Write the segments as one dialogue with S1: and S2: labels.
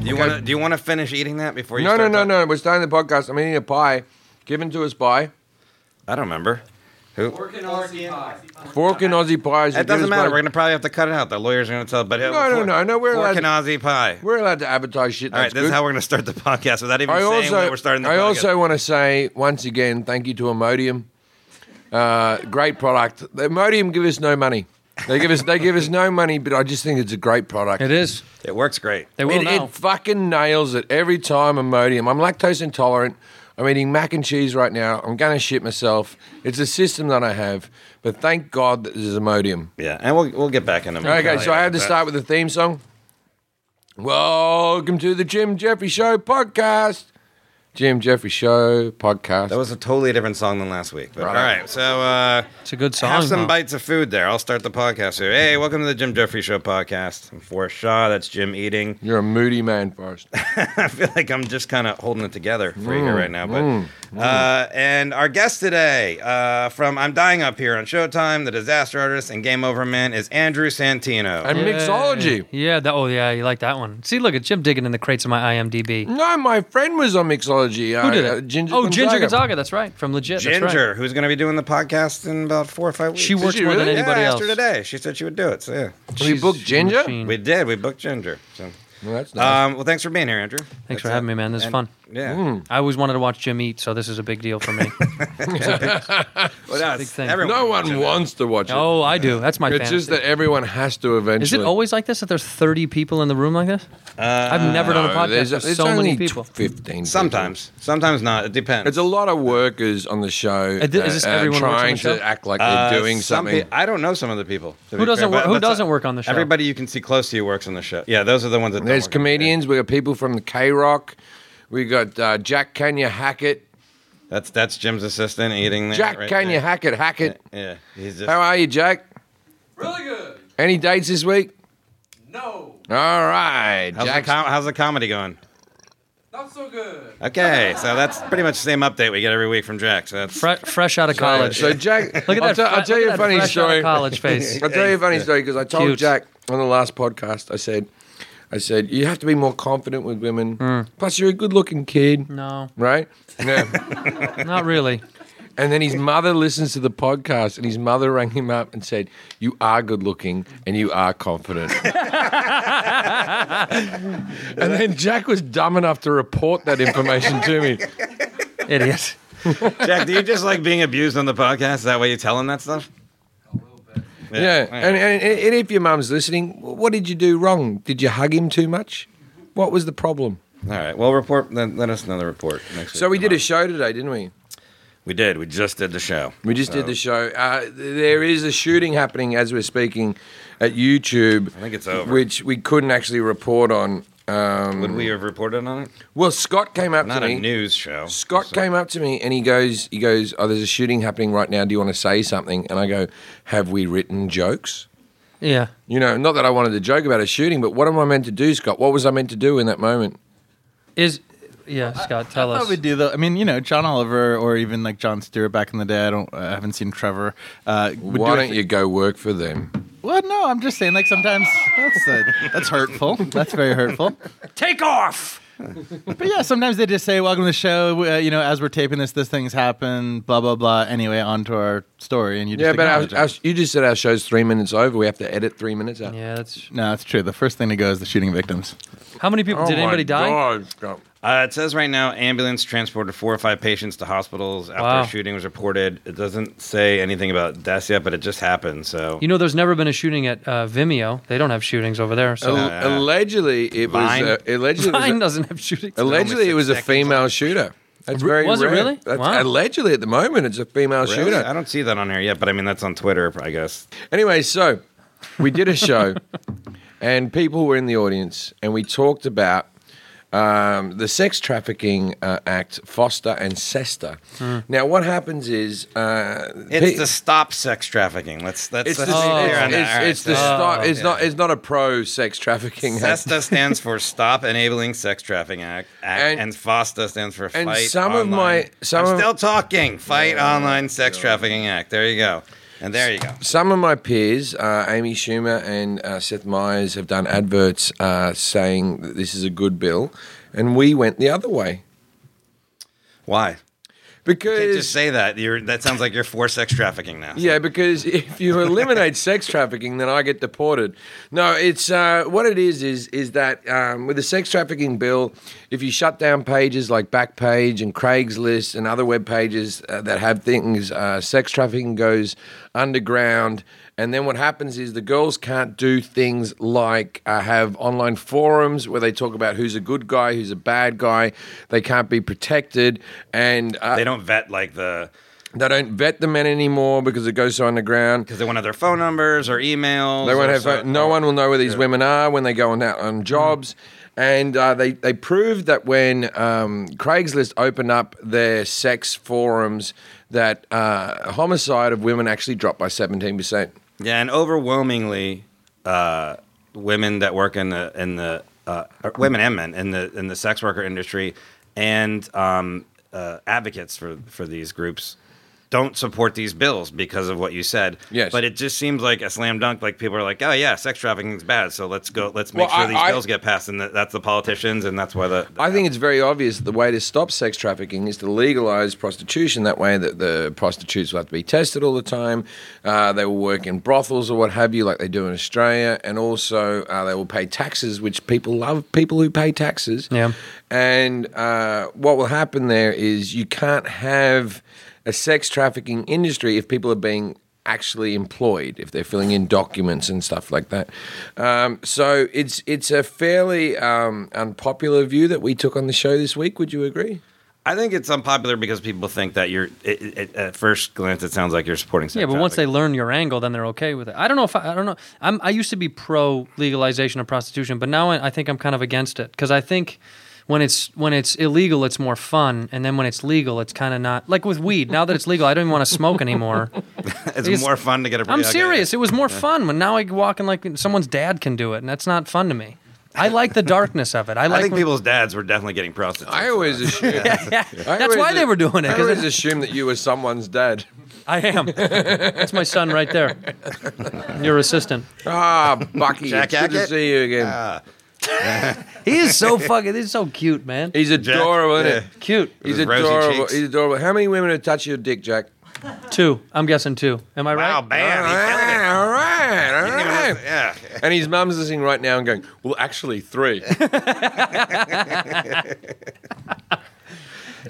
S1: do you want to finish eating that before you?
S2: No, no,
S1: start
S2: no,
S1: talking?
S2: no. We're starting the podcast. I'm eating a pie given to us by
S1: I don't remember. Who?
S2: Fork and Aussie Pies.
S1: It doesn't
S2: given us
S1: matter.
S2: by-
S1: We're gonna probably have to cut it out. The lawyers are gonna tell. But
S2: No, no, no, no, we're
S1: fork
S2: allowed-
S1: and Aussie pie.
S2: We're allowed to advertise shit.
S1: All right,
S2: that's
S1: this
S2: good.
S1: is how we're gonna start the podcast without even
S2: I
S1: saying
S2: also,
S1: that we're starting the
S2: I
S1: podcast.
S2: also want to say once again, thank you to Imodium. Uh, great product. Imodium give us no money. They give us they give us no money, but I just think it's a great product.
S3: It is.
S1: it works great.
S3: They will
S2: it,
S3: now.
S2: it fucking nails it every time. Imodium. I'm lactose intolerant. I'm eating mac and cheese right now. I'm gonna shit myself. It's a system that I have, but thank God that there's Imodium.
S1: Yeah, and we'll we'll get back in a minute.
S2: Okay, so I had to start with the theme song. Welcome to the Jim Jeffrey Show podcast. Jim Jeffrey Show podcast.
S1: That was a totally different song than last week. But, All right, so uh,
S3: it's a good song.
S1: have some
S3: though.
S1: bites of food there. I'll start the podcast here. Hey, welcome to the Jim Jeffrey Show podcast. I'm Forrest Shaw. That's Jim eating.
S2: You're a moody man, Forrest.
S1: I feel like I'm just kind of holding it together for
S3: Mm,
S1: you here right now. But uh, and our guest today uh, from I'm Dying Up Here on Showtime, the Disaster Artist and Game Over Man is Andrew Santino.
S2: And mixology.
S3: Yeah. That, oh, yeah. You like that one? See, look at Jim digging in the crates of my IMDb.
S2: No, my friend was on mixology.
S3: Who did
S2: uh,
S3: it?
S2: uh, Ginger.
S3: oh, Ginger Gonzaga. That's right. From legit.
S1: Ginger,
S3: That's right.
S1: who's going to be doing the podcast in about four or five weeks.
S3: She
S2: Did
S3: works
S2: she
S3: more
S2: really?
S3: than
S1: yeah,
S3: anybody
S1: I asked
S3: else. Mm.
S1: her today. She said she would do it. So yeah,
S2: We
S3: She's
S2: booked
S3: a
S2: Ginger?
S3: machine.
S1: we did. We booked Ginger. So.
S2: Well, that's
S3: Uh,
S2: nice.
S1: Um, well, thanks for being here, Andrew.
S3: Thanks for having me, man. This is fun. Mm.
S1: Yeah.
S3: I always wanted to watch Jim eat, so this is a big deal for me.
S1: Well,
S3: big
S1: that's
S3: thing.
S1: everyone.
S2: no one wants to watch it.
S3: oh, I do. That's my.
S2: it's just
S3: fantasy.
S2: that everyone has to eventually.
S3: Is it always like this that there's 30 people in the room like this? I've never done a
S2: Uh, No,
S3: podcast
S2: there's,
S3: with
S2: there's
S3: so
S2: only
S3: many
S2: t-
S3: people.
S2: Fifteen.
S1: Sometimes, sometimes not. It depends.
S2: people. It's a lot of workers on the show.
S3: Uh, Is this
S2: that are
S3: everyone works on the
S2: trying
S3: show?
S2: to act like
S1: Uh,
S2: they're doing
S1: some
S2: something?
S1: peo- I don't know some of the people. to
S3: Who
S1: be
S3: doesn't
S1: fair,
S3: wor-
S1: but-
S3: who
S1: but so-
S3: doesn't work on the show?
S1: Everybody you can see close to you works on the show. Yeah, those are the ones that. don't
S3: Oh
S2: There's
S1: work on the show.
S2: comedians. We got people from the K Rock. We got uh, Jack Kenya Hackett.
S1: That's that's Jim's assistant eating. There,
S2: Jack
S1: right
S2: Kenya
S1: there.
S2: Hackett Hackett.
S1: Yeah, he's just.
S2: How are you, Jack?
S4: Really good.
S2: Any dates this week?
S4: No,
S2: All right,
S1: How's the,
S2: Jack.
S1: com- how's the comedy going?
S4: not so good.
S1: Okay, so that's pretty much the same update we get every week from Jack. So that's
S3: Fre- fresh out of college.
S2: so Jack,
S3: Look at
S2: I'll,
S3: that.
S2: te- I'll
S3: fre-
S2: tell
S3: look
S2: you
S3: at
S2: a
S3: that
S2: funny
S3: fresh out of
S2: story.
S3: college face.
S2: I'll tell you a funny story because I told
S3: Cute.
S2: Jack on the last podcast. I said, I said you have to be more confident with women.
S3: Hmm.
S2: Plus, you're a good-looking kid,
S3: No,
S2: right? Yeah.
S3: not really.
S2: and then his mother listens to the podcast, and his mother rang him up and said, "You are good-looking and you are confident." and then Jack was dumb enough to report that information to me.
S3: Idiot.
S1: Jack. Do you just like being abused on the podcast? Is that why you tell him that stuff?
S2: Yeah, And, and and if your mum's listening, what did you do wrong? Did you hug him too much? What was the problem?
S1: All right. Well, report. Then let us know the report next week.
S2: So we did a
S1: show.
S2: show today, didn't we?
S1: we did. We just did the show.
S2: We just
S1: Oh.
S2: did the show. Uh, th- there is a shooting happening as we're speaking at YouTube. I
S1: think it's over.
S2: Which we couldn't actually report on. Um,
S1: Would we have reported on it?
S2: well, Scott came up
S1: Not
S2: to
S1: a
S2: me.
S1: news show.
S2: Scott came up to me and he goes, he goes, oh, there's a shooting happening right now. Do you want to say something? And I go, have we written jokes?
S3: Yeah.
S2: You know, not that I wanted to joke about a shooting, but what am I meant to do, Scott? What was I meant to do in that moment?
S3: Is yeah, Scott, tell
S5: I
S3: us.
S5: thought we'd do the. I mean, you know, John Oliver or even like John Stewart back in the day. I don't. I haven't seen Trevor. Uh, would
S2: Why
S5: do a
S2: don't
S5: thi-
S2: you go work for them?
S5: Well, no, I'm just saying. Like sometimes that's uh, that's hurtful. That's very hurtful.
S3: Take off.
S5: But yeah, sometimes they just say, "Welcome to the show." Uh, you know, as we're taping this, this thing's happened. Blah blah blah. Anyway, on to our story, and you just
S2: Yeah, but
S5: acknowledge
S2: our,
S5: it.
S2: our, you just said our show's three minutes over. We have to edit three minutes out.
S3: Yeah, that's.
S5: no, it's true. The first thing to go is the shooting victims.
S3: How many people
S2: Oh
S3: did
S2: my
S3: anybody die?
S2: God, Scott.
S1: Uh, it says right now, ambulance transported four or five patients to hospitals after
S3: Wow.
S1: a shooting was reported. It doesn't say anything about deaths yet, but it just happened. So
S3: You know, there's never been a shooting at uh, Vimeo. They don't have shootings over there. So
S2: Al- allegedly, it
S1: Vine?
S2: was a, allegedly it
S3: Vine
S2: was,
S3: doesn't have shootings.
S2: a, allegedly it was a female shooter. That's very
S3: was it
S2: rare.
S3: really?
S2: That's,
S3: Wow.
S2: Allegedly, at the moment, it's a female
S1: Really?
S2: shooter.
S1: I don't see that on here yet, but I mean that's on Twitter, I guess.
S2: Anyway, so we did a show, and people were in the audience, and we talked about um, the sex trafficking uh, act, Foster and Sester. Now, what happens is uh,
S1: It's
S2: pe-
S1: to stop sex trafficking. Let's that's
S2: it's the,
S1: let's be clear on that.
S2: it's, it's,
S1: All right,
S2: it's the
S1: so-
S2: sto- it's not it's not a pro sex trafficking act.
S1: SESTA stands for Stop Enabling Sex Trafficking Act, Act
S2: And-
S1: and, FOSTA stands for
S2: and
S1: Fight
S2: some of
S1: Online-
S2: my- some
S1: I'm
S2: of-
S1: still talking. Fight Online Sex Trafficking Act. There you go. And there you go.
S2: Some of my peers, uh, Amy Schumer and uh, Seth Meyers, have done adverts uh, saying that this is a good bill, and we went the other way
S1: Why? You can't
S2: because
S1: just say that. You're, that sounds like you're for sex trafficking now.
S2: Yeah, because if you eliminate sex trafficking, then I get deported. No, it's uh, what it is is is that um, with the sex trafficking bill, if you shut down pages like Backpage and Craigslist and other web pages uh, that have things, uh, sex trafficking goes underground. And then what happens is the girls can't do things like uh, have online forums where they talk about who's a good guy, who's a bad guy. They can't be protected, and uh,
S1: They don't vet like the
S2: they don't vet the men anymore because it goes so underground.
S1: because they won't have their phone numbers or emails.
S2: They won't
S1: or
S2: have
S1: so-
S2: no one will know where these women are when they go on out on jobs. And uh, they they proved that when um, Craigslist opened up their sex forums, that uh, homicide of women actually dropped by seventeen percent.
S1: Yeah, and overwhelmingly, uh, women that work in the in the uh, or women and men in the in the sex worker industry, and um, uh, advocates for for these groups don't support these bills because of what you said.
S2: Yes.
S1: but it just seems like a slam dunk. Like people are like, oh yeah, sex trafficking is bad, so let's go, let's make
S2: Well,
S1: sure
S2: I-
S1: these
S2: I-
S1: bills get passed, and that, that's the politicians, and that's why the.
S2: I think it's very obvious that the way to stop sex trafficking is to legalize prostitution. That way, that the prostitutes will have to be tested all the time. Uh, they will work in brothels or what have you, like they do in Australia, and also uh, they will pay taxes, which people love. People who pay taxes.
S3: Yeah.
S2: And uh, what will happen there is you can't have a sex trafficking industry if people are being actually employed, if they're filling in documents and stuff like that. Um, so it's it's a fairly um, unpopular view that we took on the show this week. Would you agree?
S1: I think it's unpopular because people think that you're. It, it, at first glance, it sounds like you're supporting sex.
S3: Yeah, but once
S1: trafficking.
S3: they learn your angle, then they're okay with it. I don't know if I, I don't know. I'm, I used to be pro legalization of prostitution, but now I, I think I'm kind of against it because I think when it's when it's illegal, it's more fun, and then when it's legal, it's kind of not like with weed. Now that it's legal, I don't even want to smoke anymore.
S1: it's,
S3: it's-
S1: more fun to get a.
S3: I'm
S1: okay, yeah.
S3: serious. It was more fun when now I walk in like someone's dad can do it, and that's not fun to me. I like the darkness of it. I like
S1: I think
S3: when-
S1: people's dads were definitely getting prostitutes.
S2: I always assume.
S3: That's why they were doing it,
S2: I
S3: 'cause
S2: always
S3: it-
S2: assume that you were someone's dad.
S3: I am. That's my son right there. Your assistant.
S2: Ah, Bucky,
S1: Jack
S2: it's good to
S1: Hackett?
S2: see you again.
S3: He is so fucking. He's so cute, man.
S2: He's adorable, isn't it?
S3: Cute.
S2: He's
S1: his rosy
S2: adorable.
S1: cheeks.
S2: He's adorable. How many women have touched your dick, Jack?
S3: Two. I'm guessing two. Am I
S1: Wow,
S3: right?
S1: bam! he killed it.
S2: all right, all
S1: Even
S2: right.
S1: if- Yeah.
S2: And his mum's listening right now and going, "Well, actually, three.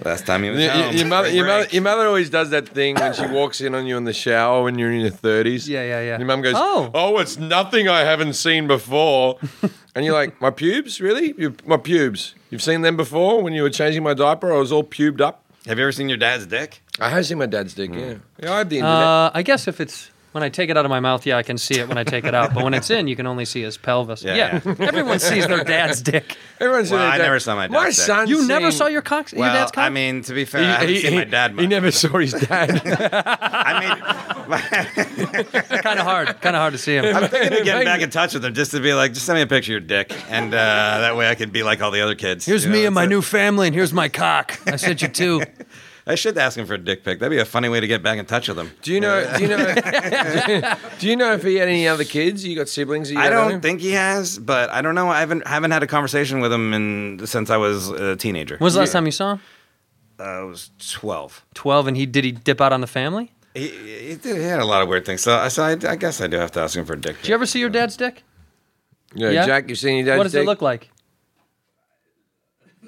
S1: Last time he was
S2: your, your-
S1: home.
S2: your mother,
S1: Spring
S2: your mother,
S1: break.
S2: your mother always does that thing when she walks in on you in the shower when you're in your thirties.
S3: Yeah, yeah, yeah.
S2: Your mum goes,
S3: Oh.
S2: "Oh, it's nothing I haven't seen before," and you're like, "My pubes, really? Your, my pubes? You've seen them before when you were changing my diaper? I was all pubed up.
S1: Have you ever seen your dad's dick?
S2: I have seen my dad's dick.
S1: Mm.
S2: Yeah, yeah, I have the internet.
S3: Uh, I guess if it's when I take it out of my mouth, yeah, I can see it when I take it out. But when it's in, you can only see his pelvis.
S1: Yeah,
S3: Yeah. Everyone sees their dad's dick.
S2: Everyone's seen
S1: well,
S2: their
S1: I
S2: dad-
S1: never saw my dad's
S2: My
S1: dick.
S2: son,
S3: You never
S2: seen-
S3: saw your cock. your
S1: Well,
S3: dad's cock.
S1: I mean, to be fair,
S2: He-
S1: I haven't
S2: he-
S1: seen my
S2: he-
S1: dad much.
S2: He never saw his dad.
S1: I mean,
S3: kind of hard. Kind of hard to see him.
S1: I'm thinking of
S2: Maybe.
S1: getting back in touch with him just to be like, just send me a picture of your dick, and uh, that way I could be like all the other kids.
S3: Here's
S1: you know,
S3: me and my
S1: that's
S3: new family, and here's my cock. I sent you two.
S1: it. I should ask him for a dick pic. That'd be a funny way to get back in touch with him.
S2: Do you know? Do you know? do you know if he had any other kids? You got siblings? You
S1: I
S2: got
S1: don't
S2: any?
S1: think he has, but I don't know. I haven't haven't had a conversation with him in, since I was a teenager.
S3: When's the last time you saw him?
S1: Uh, I was twelve.
S3: Twelve, and he did he dip out on the family?
S1: He, he, did, he had a lot of weird things, so, I- so I, I guess I do have to ask him for a dick.
S3: Did you ever see your dad's dick?
S2: Yeah,
S3: Yeah?
S2: Jack, you've seen your dad's
S3: what does
S2: dick?
S3: it look like?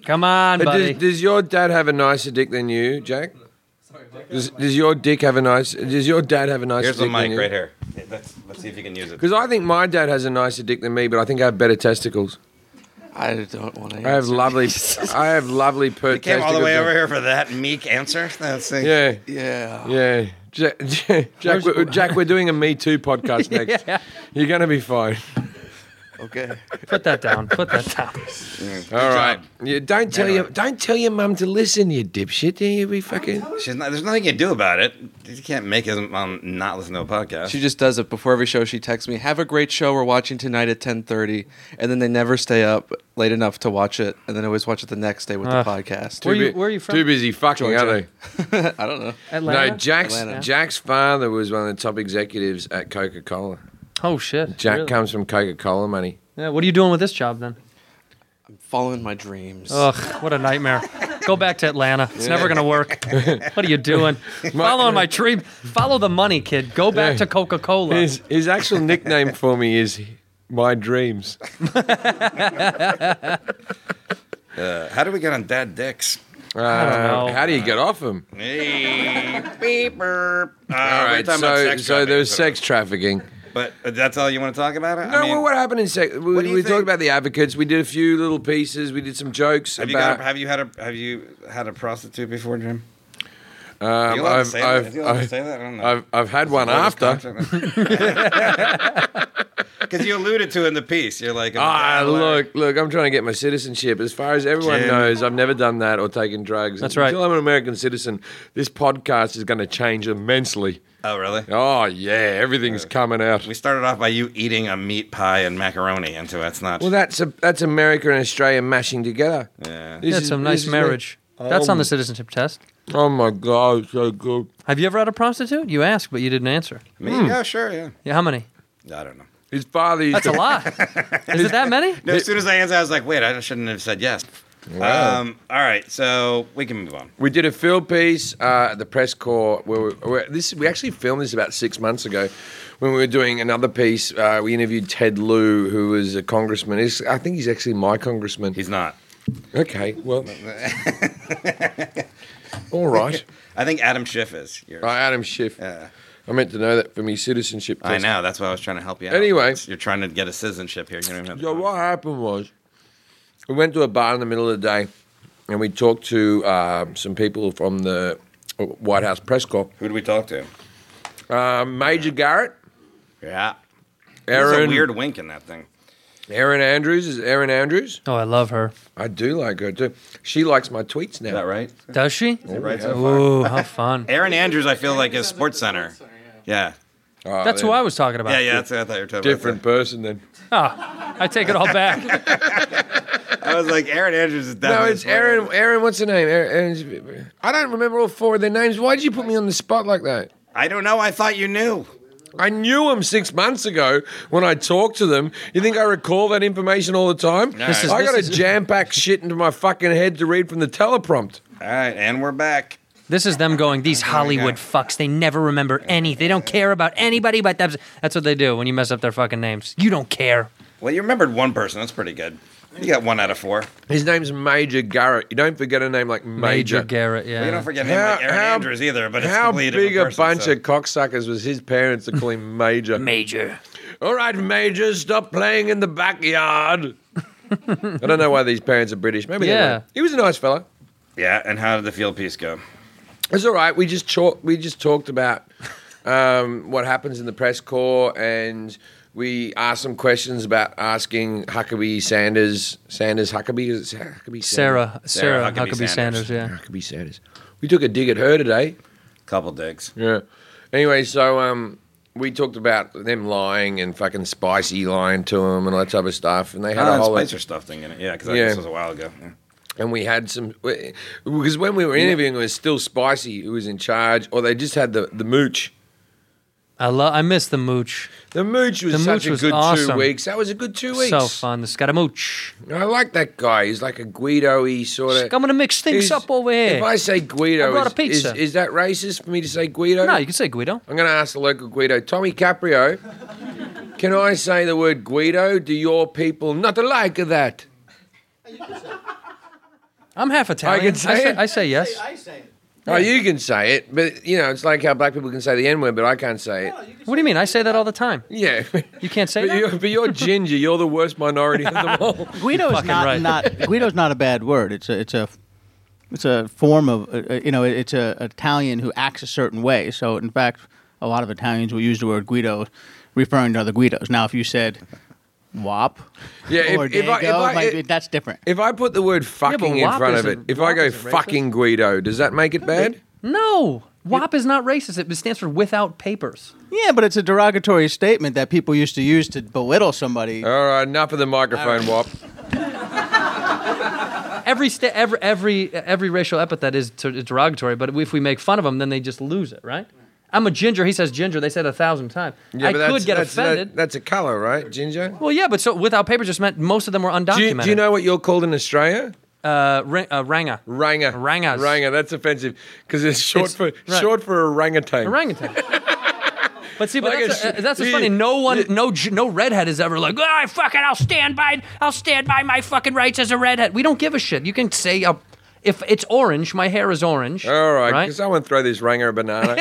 S3: Come on,
S2: Uh,
S3: buddy.
S2: Does, does your dad have a nicer dick than you, Jack?
S4: Sorry, Mike.
S2: Does, does your dick have a nice? Does your dad have a nicer
S1: Here's the
S2: dick
S1: mic right here. Yeah, Let's, let's see if you can use it.
S2: Because I think my dad has a nicer dick than me, but I think I have better testicles.
S6: I don't want to.
S2: I have lovely, I have lovely per
S1: You came all the
S2: testicle
S1: way
S2: dick.
S1: over here for that meek answer. That's the-
S6: Yeah.
S2: Yeah, yeah. Jack, Jack, Jack, we're, Jack, we're doing a Me Too podcast next. You're gonna be fine.
S6: Okay.
S3: Put that down. Put that down.
S2: All right. Yeah, don't tell your don't tell your mum to listen, you dipshit. You be fucking.
S1: She's not, there's nothing you can do about it. You can't make his mom not listen to a podcast.
S6: She just does it before every show. She texts me, "Have a great show. We're watching tonight at 10:30." And then they never stay up late enough to watch it, and then always watch it the next day with
S3: Ugh.
S6: the podcast.
S3: Where
S2: Too
S3: you- where you from?
S2: Too busy fucking, are
S6: Georgia.
S2: they?
S6: I don't know.
S3: Atlanta.
S2: No, Jack's
S6: Atlanta.
S2: Jack's father was one of the top executives at Coca Cola.
S3: Oh shit.
S2: Jack
S3: Really?
S2: comes from Coca Cola money.
S3: Yeah, what are you doing with this job then?
S6: Following my dreams.
S3: Ugh, what a nightmare. Go back to Atlanta. It's never gonna work. What are you doing? Following my dream. Follow the money, kid. Go back
S2: Yeah.
S3: to Coca Cola.
S2: His his actual nickname for me is my dreams.
S1: Uh, how do we get on dad dicks?
S3: know.
S2: Uh, how do you get off him?
S1: Hey, beep, burp. Uh,
S2: All
S1: we were
S2: right,
S1: talking about sex
S2: so so
S1: trafficking,
S2: there's
S1: so-
S2: sex trafficking.
S1: But that's all you want to talk about? It?
S2: No, well, what happened in sex? We,
S1: do you
S2: we
S1: think?
S2: talked about the advocates. We did a few little pieces. We did some jokes
S1: Have you,
S2: about.
S1: got a, have you had a have you had a prostitute before, Jim?
S2: um,
S1: Are you allowed to
S2: I've-
S1: say
S2: I've-
S1: that? Is he allowed to
S2: I've-
S1: say that? I don't know.
S2: I've, I've had one after.
S1: Because you alluded to it in the piece. You're like,
S2: Ah, look, look, I'm trying to get my citizenship. As far as everyone
S1: Jim.
S2: knows, I've never done that or taken drugs.
S3: That's right.
S2: Until I'm an American citizen, this podcast is going to change immensely.
S1: Oh, really?
S2: Oh, yeah, everything's coming out.
S1: We started off by you eating a meat pie and macaroni, and so that's not.
S2: Well, that's a, that's America and Australia mashing together.
S1: yeah.
S2: This
S3: That's
S2: is-
S3: some
S2: this
S3: nice
S2: is what-
S3: marriage. That's on the
S2: Um,
S3: citizenship test.
S2: Oh my god, it's so good.
S3: Have you ever had a prostitute? You asked, but you didn't answer.
S1: Me?
S2: Hmm.
S1: Yeah, sure, yeah.
S3: Yeah, how many?
S1: I don't know.
S2: His father used
S3: That's
S2: to,
S3: a lot. Is it that many?
S1: No, as soon as I answered, I was like, wait, I shouldn't have said yes. Um, all right, so we can move on.
S2: We did a field piece uh, at the press corps. Where we, where this we actually filmed this about six months ago, when we were doing another piece. Uh, we interviewed Ted Lieu, who was a congressman. He's, I think he's actually my congressman.
S1: He's not.
S2: okay. Well, all right.
S1: I think Adam Schiff is. Yours.
S2: Right, Adam Schiff.
S1: Yeah.
S2: I meant to know that for me citizenship.
S1: I
S2: test.
S1: know. That's why I was trying to help you out.
S2: Anyway.
S1: It's- you're trying to get a citizenship here. You don't even have the
S2: So
S1: time.
S2: what happened was, we went to a bar in the middle of the day, and we talked to um, some people from the White House press corps.
S1: Who do we talk to?
S2: Um, Major Garrett,
S1: Yeah. There's a
S2: Aaron,
S1: weird wink in that thing.
S2: Aaron Andrews is Aaron Andrews.
S3: Oh, I love her.
S2: I do like her too. She likes my tweets now.
S1: Is that right?
S3: Does she?
S1: Right so far.
S3: Ooh, how fun.
S1: Aaron Andrews, I feel like, is Sports Center. Yeah.
S2: Oh,
S3: That's who
S2: they're
S3: I was talking about.
S1: Yeah, yeah, that's what I thought you were talking
S2: Different person then.
S3: I take it all back.
S1: about. I was like, Aaron Andrews is
S2: No,
S1: definitely.
S2: it's
S1: Sports
S2: Aaron.
S1: Center.
S2: Aaron, what's her name? Aaron, Aaron's, I don't remember all four of their names. Why did you put me on the spot like that?
S1: I don't know. I thought you knew.
S2: I knew them six months ago when I talked to them. You think I recall that information all the time?
S1: This is-
S2: I got
S3: this
S2: to
S3: is-
S2: jam pack shit into my fucking head to read from the teleprompter.
S1: All right, and we're back.
S3: This is them going, these Hollywood fucks, they never remember any. They don't care about anybody but them. That's what they do when you mess up their fucking names. You don't care.
S1: Well, you remembered one person. That's pretty good. You got one out of four.
S2: His name's Major Garrett. You don't forget a name like Major.
S3: Major Garrett, yeah.
S1: Well, you don't forget him like Aaron Andrews either, but it's
S2: how
S1: completely
S2: big
S1: different
S2: a
S1: person,
S2: bunch
S1: so-
S2: of cocksuckers was his parents to call him Major?
S3: Major.
S2: All right, Major, stop playing in the backyard. I don't know why these parents are British. Maybe they
S3: Yeah.
S2: were. He was a nice fella.
S1: Yeah, and how did the field piece go?
S2: It's all right. We just talked. We just talked about um, what happens in the press corps, and we asked some questions about asking Huckabee Sanders, Sanders Huckabee, is it Huckabee Sanders?
S3: Sarah, Sarah,
S1: Sarah Huckabee
S3: Huckabee, Sanders.
S1: Sanders.
S3: yeah.
S2: Huckabee Sanders. We took a dig at her today.
S1: Couple digs.
S2: Yeah. Anyway, so um, we talked about them lying and fucking spicy lying to them and all that type of stuff, and they had
S1: Oh,
S2: a
S1: and
S2: whole.
S1: Spicer stuff thing in it. Yeah, because
S2: Ah, Yeah.
S1: this was a while ago. Yeah.
S2: and we had some because when we were interviewing, it was still spicy who was in charge, or they just had the the mooch.
S3: I love. I miss the mooch.
S2: The mooch was
S3: The
S2: such
S3: mooch
S2: a
S3: was
S2: good two
S3: awesome.
S2: weeks. That was a good two weeks.
S3: So fun. The Scaramouche.
S2: I like that guy. He's like a Guido-y sort
S3: I'm
S2: of.
S3: gonna mix things up over
S2: If
S3: here.
S2: I say Guido,
S3: I brought
S2: is,
S3: a pizza.
S2: Is, is that racist for me to say Guido?
S3: no, you can say Guido.
S2: I'm going to ask the local Guido, Tommy Caprio. can I say the word Guido? Do your people not like that?
S3: I'm half Italian.
S2: can say
S3: I say,
S2: it.
S3: I say yes.
S2: Oh, you can say it, but you know it's like how black people can say the N word, but I can't say it.
S3: What do you mean? I say that all the time.
S2: Yeah,
S3: You can't say
S2: but,
S3: that.
S2: you're, but you're ginger. You're the worst minority of them all.
S5: Guido is
S3: fucking
S5: not,
S3: right.
S5: not Guido's not a bad word. It's a it's a it's a form of uh, uh, you know it's a Italian who acts a certain way. So in fact, a lot of Italians will use the word Guido, referring to other Guidos. Now, if you said
S7: WAP.
S2: Yeah, if-
S7: or
S2: if I- if
S7: Dago
S2: I-
S7: might
S2: it-
S7: be- that's different.
S2: If I put the word fucking in
S3: WAP
S2: front of it,
S3: isn't-
S2: if I
S3: WAP
S2: go
S3: isn't racist.
S2: fucking Guido, does that make it bad?
S3: No, WAP is not racist. It stands for without papers.
S7: Yeah, but it's a derogatory statement that people used to use to belittle somebody.
S2: All right, enough of the microphone wop.
S3: Every sta- every every every racial epithet is ter- derogatory, but if we make fun of them, then they just lose it, right? I'm a ginger. He says ginger. They said a thousand times. I could get
S2: that's,
S3: offended.
S2: that- that's a color, right, Ginger?
S3: well, yeah, but so without papers just meant most of them were undocumented.
S2: Do you, do you know what you're called in Australia?
S3: Uh, ri- uh, ranga.
S2: Ranga.
S3: Rangas.
S2: Ranga. That's offensive because it's short for
S3: It's- right.
S2: short for orangutan.
S3: orangutan. But see, but
S2: Like
S3: that's,
S2: a
S3: a,
S2: sh-
S3: that's what's
S2: yeah,
S3: funny. No one, no, j- no redhead is ever like, oh, I fucking, I'll stand by, I'll stand by my fucking rights as a redhead. We don't give a shit. You can say, uh, if it's orange, my hair is orange.
S2: All right,
S3: right?
S2: Can someone throw this Ranga a banana?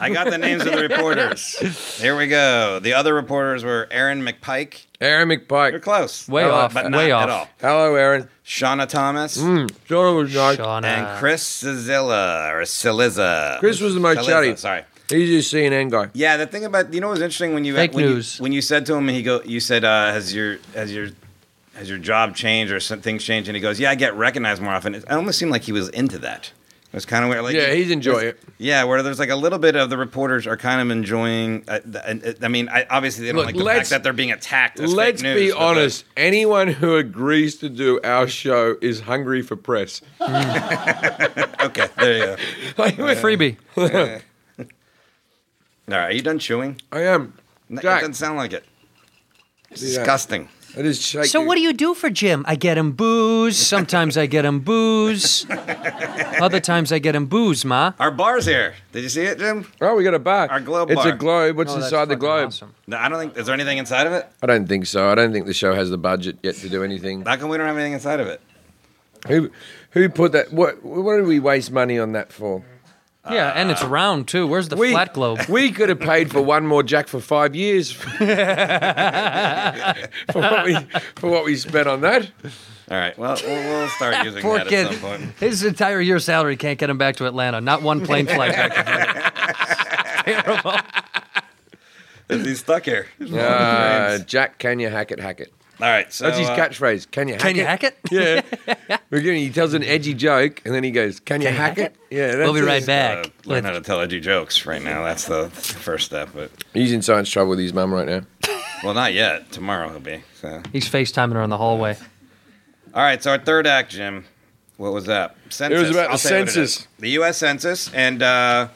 S1: I got the names of the reporters. Here we go. The other reporters were Aaron McPike.
S2: Aaron
S1: You're
S2: McPike.
S1: close.
S3: Way
S1: Uh,
S3: off,
S1: But not
S3: way
S1: at all.
S3: off.
S2: Hello, Aaron.
S1: Shauna Thomas.
S2: John was nice.
S3: Shauna.
S1: And Chris Cizilla or Ciliza.
S2: Chris was the most chatty.
S1: Sorry.
S2: He's just CNN guy.
S1: Yeah, the thing about you know what's interesting when you
S3: Fake
S1: when
S3: news.
S1: you when you said to him and he go you said uh, has your has your has your job changed or some things changed and he goes yeah I get recognized more often. It almost seemed like he was into that. It was kind of weird. Like
S2: Yeah, he's enjoying it.
S1: Yeah, where there's like a little bit of the reporters are kind of enjoying. Uh, the, and, uh, I mean, I, obviously they don't
S2: Look,
S1: like the
S2: let's-
S1: fact that they're being attacked. As
S2: Let's
S1: fake
S2: be
S1: news, but the-
S2: honest. Anyone who agrees to do our show is hungry for press.
S1: Okay, there you
S2: Like,
S3: Freebie.
S1: go. All right, are you done chewing?
S2: I am.
S1: That
S2: Jack.
S1: doesn't sound like it.
S2: that.
S1: Disgusting.
S2: I just shake
S3: So
S2: you.
S3: what do you do for Jim? I get him booze. Sometimes I get him booze. Other times I get him booze, ma.
S1: Our bar's here. Did you see it, Jim?
S2: Oh, we got a bar.
S1: Our globe
S2: It's
S1: bar.
S2: a globe.
S3: Oh,
S2: What's inside the globe?
S1: No, I don't think. Is there anything inside of it?
S2: I don't think so. I don't think the show has the budget yet to do anything.
S1: How come we don't have anything inside of it?
S2: Who, who put that? What? What did we waste money on that for?
S3: Yeah, and it's round too. Where's the
S2: Ah. We,
S3: flat globe?
S2: We could have paid for one more Jack for five years for what we for what we spent on that.
S1: All right. Well, we'll, we'll start using
S3: Poor
S1: that
S3: kid.
S1: at some point.
S3: His entire year's salary can't get him back to Atlanta. Not one plane flight back to Atlanta. Terrible.
S1: Is he stuck here?
S2: Uh, Jack, can you hack it? Hack it.
S1: All right. So
S2: That's his
S1: uh,
S2: catchphrase. Can you hack
S3: Can you
S2: it?
S3: hack it?
S2: Yeah. We're giving. He tells an edgy joke and then he goes, "Can you hack, it? Yeah. That's
S3: We'll be
S2: it.
S3: right
S1: uh,
S3: back.
S1: learn how
S3: Let's-
S1: to tell edgy jokes right now. That's the first step. But
S2: He's in science trouble with his mum right now.
S1: well, not yet. Tomorrow he'll be. So.
S3: He's FaceTiming her in the hallway.
S1: All right. So our third act, Jim. What was that? Census.
S2: about the
S1: I'll tell you what it is.
S2: census.
S1: The U.S. Census, and uh,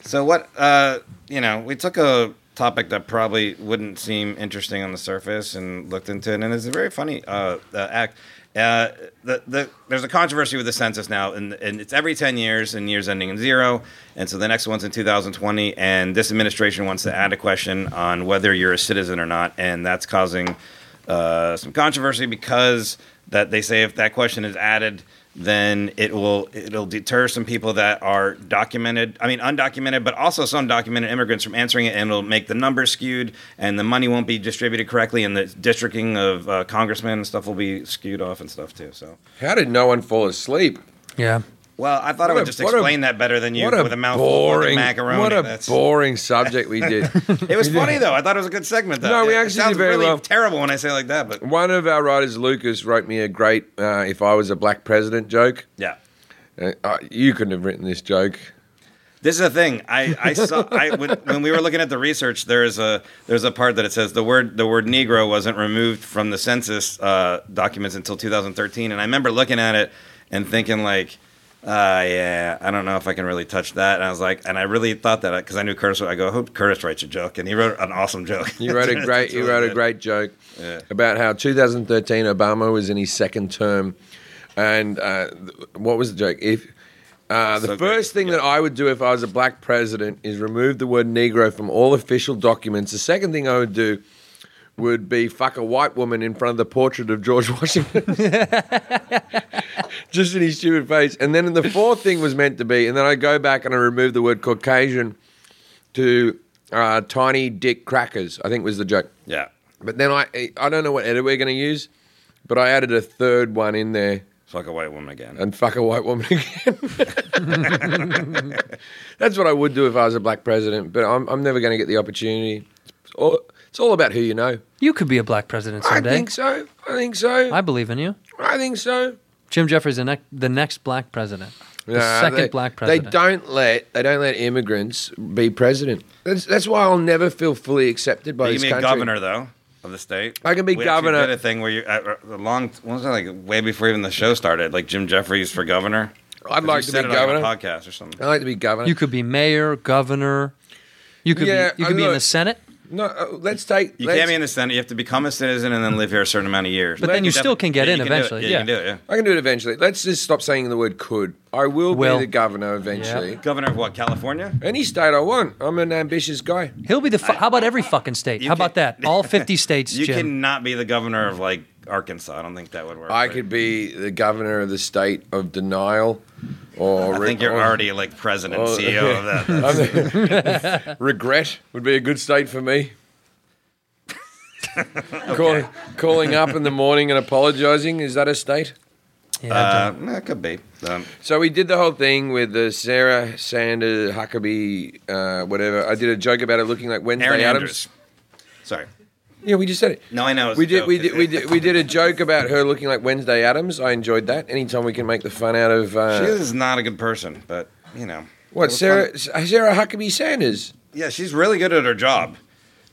S1: so what? Uh, you know, we took a topic that probably wouldn't seem interesting on the surface and looked into it, and it's a very funny uh, uh, act. Uh, the, the, there's a controversy with the census now, and, and it's every 10 years, and years ending in zero. And so the next one's in 2020, and this administration wants to add a question on whether you're a citizen or not, and that's causing uh, some controversy because that they say if that question is added, then it will it'll deter some people that are documented i mean undocumented but also some documented immigrants from answering it and it'll make the numbers skewed and the money won't be distributed correctly and the districting of uh, congressmen and stuff will be skewed off and stuff too so
S2: How did no one fall asleep?
S3: Yeah.
S1: well i thought i
S2: What
S1: would
S2: a-
S1: just
S2: what a-
S1: explain that better than you with a mouthful of fucking macaroni
S2: what a
S1: That's-
S2: boring subject we did.
S1: it was funny though i thought it was a good segment though
S2: No, we
S1: It-
S2: actually
S1: it sounds
S2: did very
S1: really
S2: well.
S1: terrible when i say it like that but
S2: One of our writers, Lucas, wrote me a great uh, "If I was a black president" joke.
S1: yeah
S2: Uh, uh, you couldn't have written this joke.
S1: This is the thing. I, I saw I when, when we were looking at the research. There's a there's a part that it says the word the word Negro wasn't removed from the census uh, documents until 2013, and I remember looking at it and thinking like, uh, yeah, I don't know if I can really touch that. And I was like, and I really thought that because I knew Curtis. would- I go, I hope Curtis writes a joke, and he wrote an awesome joke.
S2: You wrote a
S1: It's
S2: great. You
S1: really
S2: wrote a
S1: good.
S2: great joke
S1: Yeah.
S2: about how 2013 Obama was in his second term, and uh, th- what was the joke? If uh, the
S1: So great.
S2: first thing that I would do if I was a black president is remove the word Negro from all official documents. The second thing I would do would be fuck a white woman in front of the portrait of George Washington. Just in his stupid face. And then the fourth thing was meant to be, and then I go back and I remove the word Caucasian to uh, tiny dick crackers, I think was the joke.
S1: Yeah.
S2: But then I I don't know what edit we're going to use, but I added a third one in there
S1: Fuck a white woman again.
S2: and fuck a white woman again. That's what I would do if I was a black president, but I'm, I'm never going to get the opportunity. It's all, It's all about who you know.
S3: You could be a black president someday.
S2: I think so. I think so.
S3: I
S2: I,
S3: believe in you.
S2: think so.
S3: Jim Jeffries, the, nec- the next black president, the
S2: Nah,
S3: second
S2: they-
S3: black president.
S2: They don't let they don't let immigrants be president. That's that's why I'll never feel fully accepted by
S1: You
S2: this
S1: can be a
S2: country.
S1: governor though of the state.
S2: I can be
S1: we actually
S2: governor.
S1: Did a thing where you uh, a long what was that like way before even the show started, like Jim Jeffries for governor.
S2: I'd
S1: You
S2: like to be
S1: said it on a
S2: governor. Uh,
S1: podcast or something.
S2: I'd like to be governor.
S3: you could be mayor, governor. You could
S2: Yeah,
S3: be you
S2: I
S3: could be in
S2: look-
S3: the Senate,
S2: no, uh, let's take.
S1: You
S2: let's,
S1: can't be in the Senate. You have to become a citizen and then live here a certain amount of years.
S3: But then you still
S1: defi-
S3: can get
S1: yeah,
S3: in
S1: you can do it.
S3: eventually,
S1: Yeah,
S3: yeah.
S1: you can do it. Yeah.
S2: I can do it eventually. Let's just stop saying the word could. I will,
S3: Will.
S2: be the governor eventually.
S1: Governor of what? California?
S2: Any state I want. I'm an ambitious guy.
S3: he'll be the. Fu- how about every fucking state?
S1: You
S3: How about
S1: can-
S3: that? All fifty states,
S1: You
S3: Jim.
S1: cannot be the governor of like Arkansas. I don't think that would work.
S2: I
S1: right?
S2: could be the governor of the state of denial, or
S1: I think you're already like president,
S2: Oh,
S1: CEO of that. That's-
S2: regret would be a good state for me. Call, calling up in the morning and apologising is that a state?
S3: Yeah,
S1: Uh, that could be. Um,
S2: So we did the whole thing with the Sarah Sanders Huckabee, uh, whatever. I did a joke about it looking like Wednesday
S1: Aaron Andrews.
S2: Adams.
S1: Sorry.
S2: Yeah, we just said it.
S1: No, I know. It's
S2: We
S1: a
S2: did,
S1: joke.
S2: we, did, we, did, we did a joke about her looking like Wednesday Adams. I enjoyed that. Anytime we can make the fun out of.
S1: She
S2: Uh,
S1: is not a good person, but you know. it
S2: what,
S1: was
S2: Sarah,
S1: fun.
S2: Sarah Huckabee Sanders?
S1: Yeah, she's really good at her job,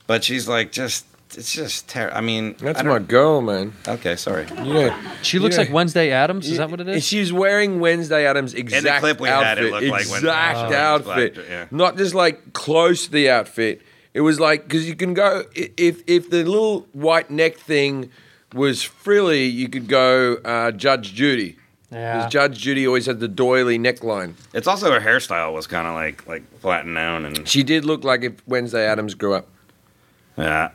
S1: but she's like just. It's just terrible. I mean,
S2: That's
S1: I
S2: my
S1: don't-
S2: girl, man.
S1: Okay, sorry.
S2: You know,
S3: she looks
S2: yeah.
S3: like Wednesday Adams. Is that what it is?
S2: She's wearing Wednesday Adams exact
S1: clip we
S2: outfit.
S1: had, it looked like Wednesday
S2: exact
S1: Addams. Oh.
S2: outfit.
S1: Yeah.
S2: Not just like close to the outfit. It was like because you can go i- if if the little white neck thing was frilly, you could go uh, Judge Judy.
S3: Yeah.
S2: Because Judge Judy always had the doily neckline.
S1: It's also her hairstyle was kind of like like flattened down and
S2: She did look like if Wednesday Adams grew up.
S1: yeah.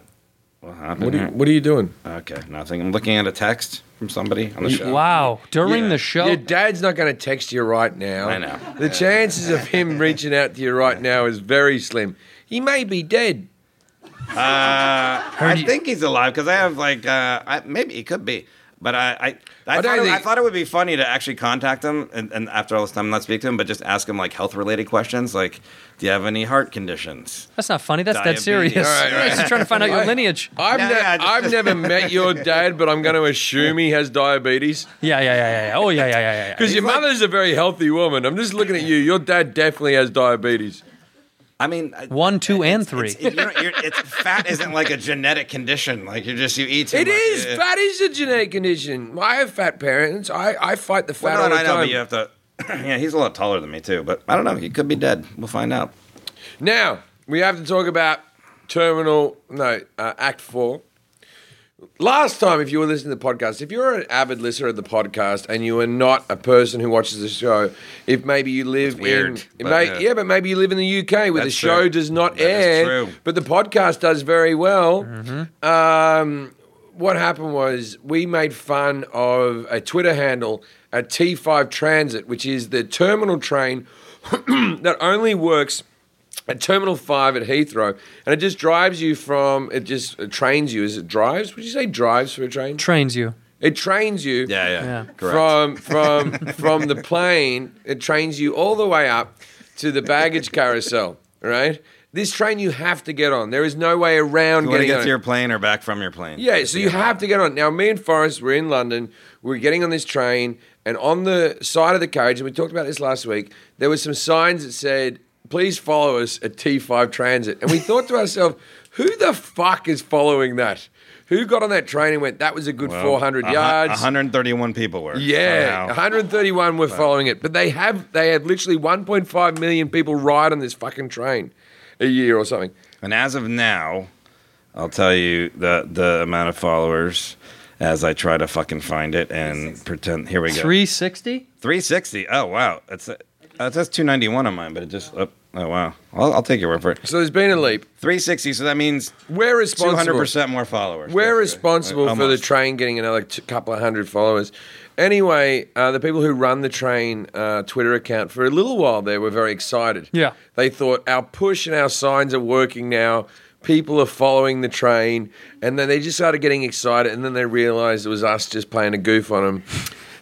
S1: What happened?
S2: What are you,
S1: here?
S3: Mm-hmm.
S2: what are you doing?
S1: Okay, nothing. I'm looking at a text from somebody on the show.
S3: wow! During
S1: Yeah.
S3: the show,
S2: Your dad's not going to text you right now.
S1: I know.
S2: The chances of him reaching out to you right now is very slim. He may be dead.
S1: I think he's alive because I have like uh, I, maybe he could be, but I I, I,
S2: I don't
S1: thought, it- I
S2: think-
S1: thought it would be funny to actually contact him and, and after all this time not speak to him, but just ask him like health related questions like, do you have any heart conditions?
S3: that's not funny. That's dead
S1: Diabetes.
S3: serious.
S1: All right,
S3: You're just trying to find out your lineage.
S2: I've,
S1: Yeah,
S2: ne-
S1: yeah, just-
S2: I've never met your dad, but I'm going to assume he has diabetes.
S3: Yeah, yeah, yeah, yeah, yeah. Oh, yeah, yeah, yeah, yeah, yeah.
S2: Because your mother's a very healthy woman. I'm just looking at you. Your dad definitely has diabetes.
S1: I mean, I-
S3: One, two, and three.
S1: It's, you don't- you're, it's fat isn't like a genetic condition. Like you're just you eat. Too
S2: It
S1: much.
S2: is.
S1: Yeah.
S2: Fat is a genetic condition. I have fat parents. I, I fight the fat
S1: Well,
S2: all
S1: no,
S2: the
S1: I know,
S2: time.
S1: but you have to. yeah, he's a lot taller than me too, but I don't know. He could be dead. We'll find out.
S2: Now we have to talk about Terminal No uh, Act Four. Last time, if you were listening to the podcast, if you're an avid listener of the podcast and you are not a person who watches the show, if maybe you live
S1: weird,
S2: in
S1: but
S2: may-
S1: yeah.
S2: yeah. but maybe you live in the UK where the
S1: That's
S2: show
S1: true.
S2: does not
S1: That is
S2: air,
S1: true. Mm-hmm.
S2: but the podcast does very well. Um, what happened was we made fun of a Twitter handle, a T5 Transit, which is the terminal train that only works at Terminal 5 at Heathrow, and it just drives you from, it just it trains you. Is it drives? Would you say drives for a train?
S3: Trains you.
S2: It trains you
S1: Yeah, yeah,
S3: Yeah.
S1: correct.
S2: from from from the plane. It trains you all the way up to the baggage carousel, right? This train you have to get on. There is no way around
S1: you want to
S2: getting
S1: get
S2: on
S1: to
S2: it.
S1: your plane or back from your plane?
S2: Yeah, so you have to get on. Now, me and Forrest were in London. We were getting on this train, and on the side of the carriage, and we talked about this last week, there were some signs that said, please follow us at T5 Transit. And we thought to ourselves, who the fuck is following that? Who got on that train and went, that was a good
S1: Well,
S2: 400
S1: a hu-
S2: yards?
S1: 131 people were.
S2: Yeah,
S1: somehow.
S2: 131 were following it, but they have they had literally 1.5 million people ride on this fucking train a year or something.
S1: And as of now, I'll tell you the the amount of followers as I try to fucking find it and pretend. Here we go.
S3: 360?
S1: 360. Oh wow, it's uh, it says 291 on mine, but it just oh, oh wow. I'll, I'll take your word for it.
S2: So there's been a leap.
S1: 360. So that means
S2: We're
S1: 200
S2: responsible.
S1: percent more followers.
S2: We're
S1: basically.
S2: responsible for the
S1: Almost.
S2: train getting another t- couple of hundred followers. Anyway, uh, the people who run the train uh, Twitter account for a little while there were very excited.
S3: Yeah.
S2: They thought our push and our signs are working now. People are following the train. And then they just started getting excited. And then they realized it was us just playing a goof on them.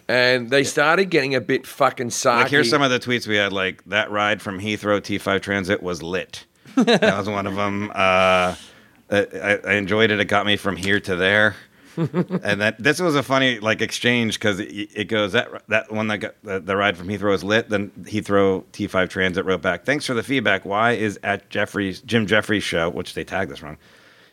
S2: And they started getting a bit fucking sarky.
S1: Like here's some of the tweets we had. Like that ride from Heathrow T5 Transit was lit. that was one of them. Uh, Uh, I, I enjoyed it. It got me from here to there. and that this was a funny like exchange because it, it goes that that one that got the, the ride from Heathrow is lit. Then Heathrow T5 Transit wrote back, "Thanks for the feedback. Why is at Jeffrey's Jim Jeffrey's show, which they tagged us wrong,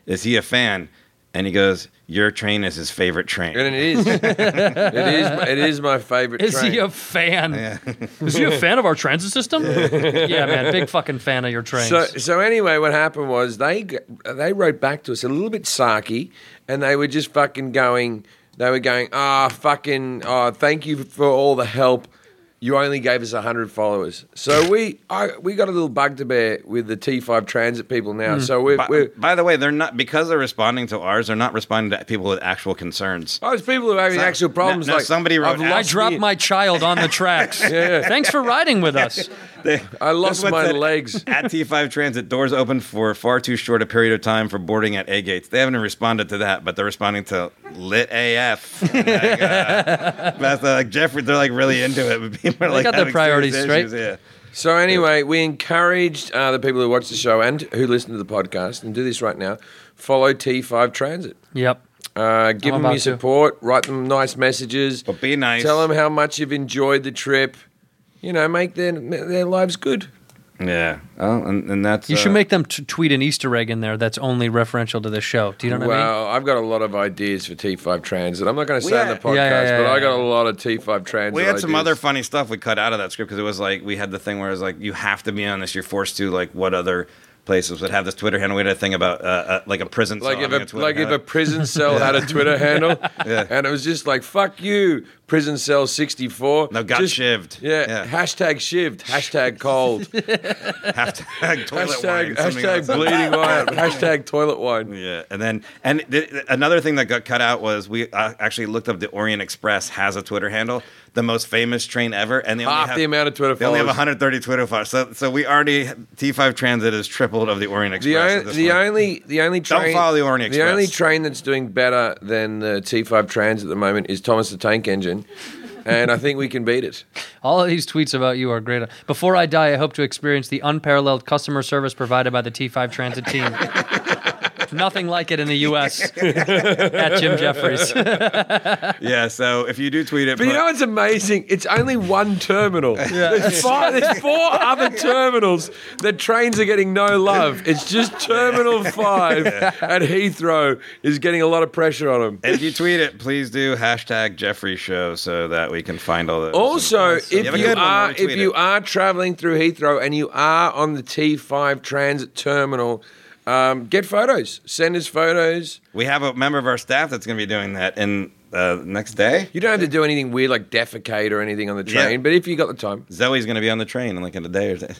S1: is he a fan?" And he goes, "Your train is his favorite train."
S2: And it is. it is. my- It is my favorite.
S3: Is
S2: train.
S3: he a fan? Is he a fan of our transit system? yeah, man, big fucking fan of your trains.
S2: So, so anyway, what happened was they g- they wrote back to us a little bit sarky, and they were just fucking going. They were going, ah, fucking, oh, thank you for all the help. You only gave us hundred followers, so we I, we got a little bug to bear with the T5 transit people now. So we're,
S1: By,
S2: we're
S1: by the way, they're not because they're responding to ours. They're not responding to people with actual concerns.
S2: oh, it's people who are having
S1: um, So-
S2: actual problems.
S1: no, no,
S2: like
S1: somebody wrote
S2: I've
S1: out-
S3: I
S2: lost
S3: dropped
S2: me-
S3: my child on the tracks. Thanks for riding with us.
S1: They-
S2: I lost
S1: This one
S2: my
S1: said,
S2: legs.
S1: At T5 Transit, doors open for far too short a period of time for boarding at A gates. They haven't responded to that, but they're responding to lit AF. like, uh, that's, uh, like Jeffrey, they're like really into it. But people are
S3: They
S1: like
S3: got their
S1: having serious
S3: priorities straight.
S1: issues, Yeah.
S2: So anyway, we encouraged uh, the people who watch the show and who listen to the podcast and do this right now. Follow T5 Transit.
S3: Yep.
S2: Uh, give
S3: I'm
S2: them your
S3: about to.
S2: support. Write them nice messages.
S1: But be nice.
S2: Tell them how much you've enjoyed the trip. You know, make their their lives good.
S1: Yeah. Oh, and, and that's.
S3: You should
S1: uh,
S3: make them t- tweet an Easter egg in there that's only referential to the show. Do you know what I mean?
S2: Well, I've got a lot of ideas for T5 Transit. I'm not going to say on the
S1: had-
S2: podcast,
S3: Yeah, yeah, yeah,
S2: but I
S3: yeah.
S2: got a lot of T5 Transit.
S1: We had some
S2: ideas.
S1: other funny stuff we cut out of that script because it was like we had the thing where it was like you have to be on this. You're forced to like what other places would have this Twitter handle. We had a thing about uh, uh, like a prison.
S2: Like
S1: cell
S2: if
S1: having
S2: a,
S1: Twitter
S2: like if
S1: handle.
S2: a prison cell had a Twitter handle, and it was just like "fuck you, prison cell 64."
S1: No, got
S2: just,
S1: shivved.
S2: Yeah,
S1: Yeah.
S2: Hashtag shivved. Hashtag cold.
S1: hashtag toilet
S2: hashtag
S1: wine, something like
S2: hashtag
S1: that.
S2: bleeding wine. Hashtag toilet wine.
S1: Yeah, and then and th- th- another thing that got cut out was we uh, actually looked up the Orient Express has a Twitter handle, the most famous train ever, and they only
S2: Half
S1: have,
S2: the amount of Twitter
S1: They only have
S2: followers.
S1: 130 Twitter followers. So, so we already T5 Transit is tripled of the Orient
S2: The,
S1: Express.
S2: on,
S1: at this
S2: the
S1: point.
S2: only the only
S1: Don't
S2: train
S1: follow the Orient
S2: the only
S1: Express.
S2: train that's doing better than the T5 Trans at the moment is Thomas the Tank Engine, and I think we can beat it.
S3: All of these tweets about you are great. Before I die, I hope to experience the unparalleled customer service provided by the T5 Transit team. Nothing like it in the U.S. at Jim Jeffries.
S1: yeah. So if you do tweet it,
S2: But you
S1: put-
S2: know what's amazing? It's only one terminal. There's, five, there's four other terminals that trains are getting no love. It's just Terminal Five at Heathrow is getting a lot of pressure on them.
S1: if you tweet it, please do hashtag Jeffrey Show so that we can find all those.
S2: Also, if
S1: have a
S2: you
S1: good one,
S2: are
S1: we'll
S2: if
S1: tweet
S2: you
S1: it.
S2: are traveling through Heathrow and you are on the T5 transit terminal, um, get photos. Send us photos.
S1: we have a member of our staff that's going to be doing that in uh, next day.
S2: You don't have to do anything weird like defecate or anything on the
S1: Yeah.
S2: train, but if you got the time,
S1: Zoe's going to be on the train in like in a day or so.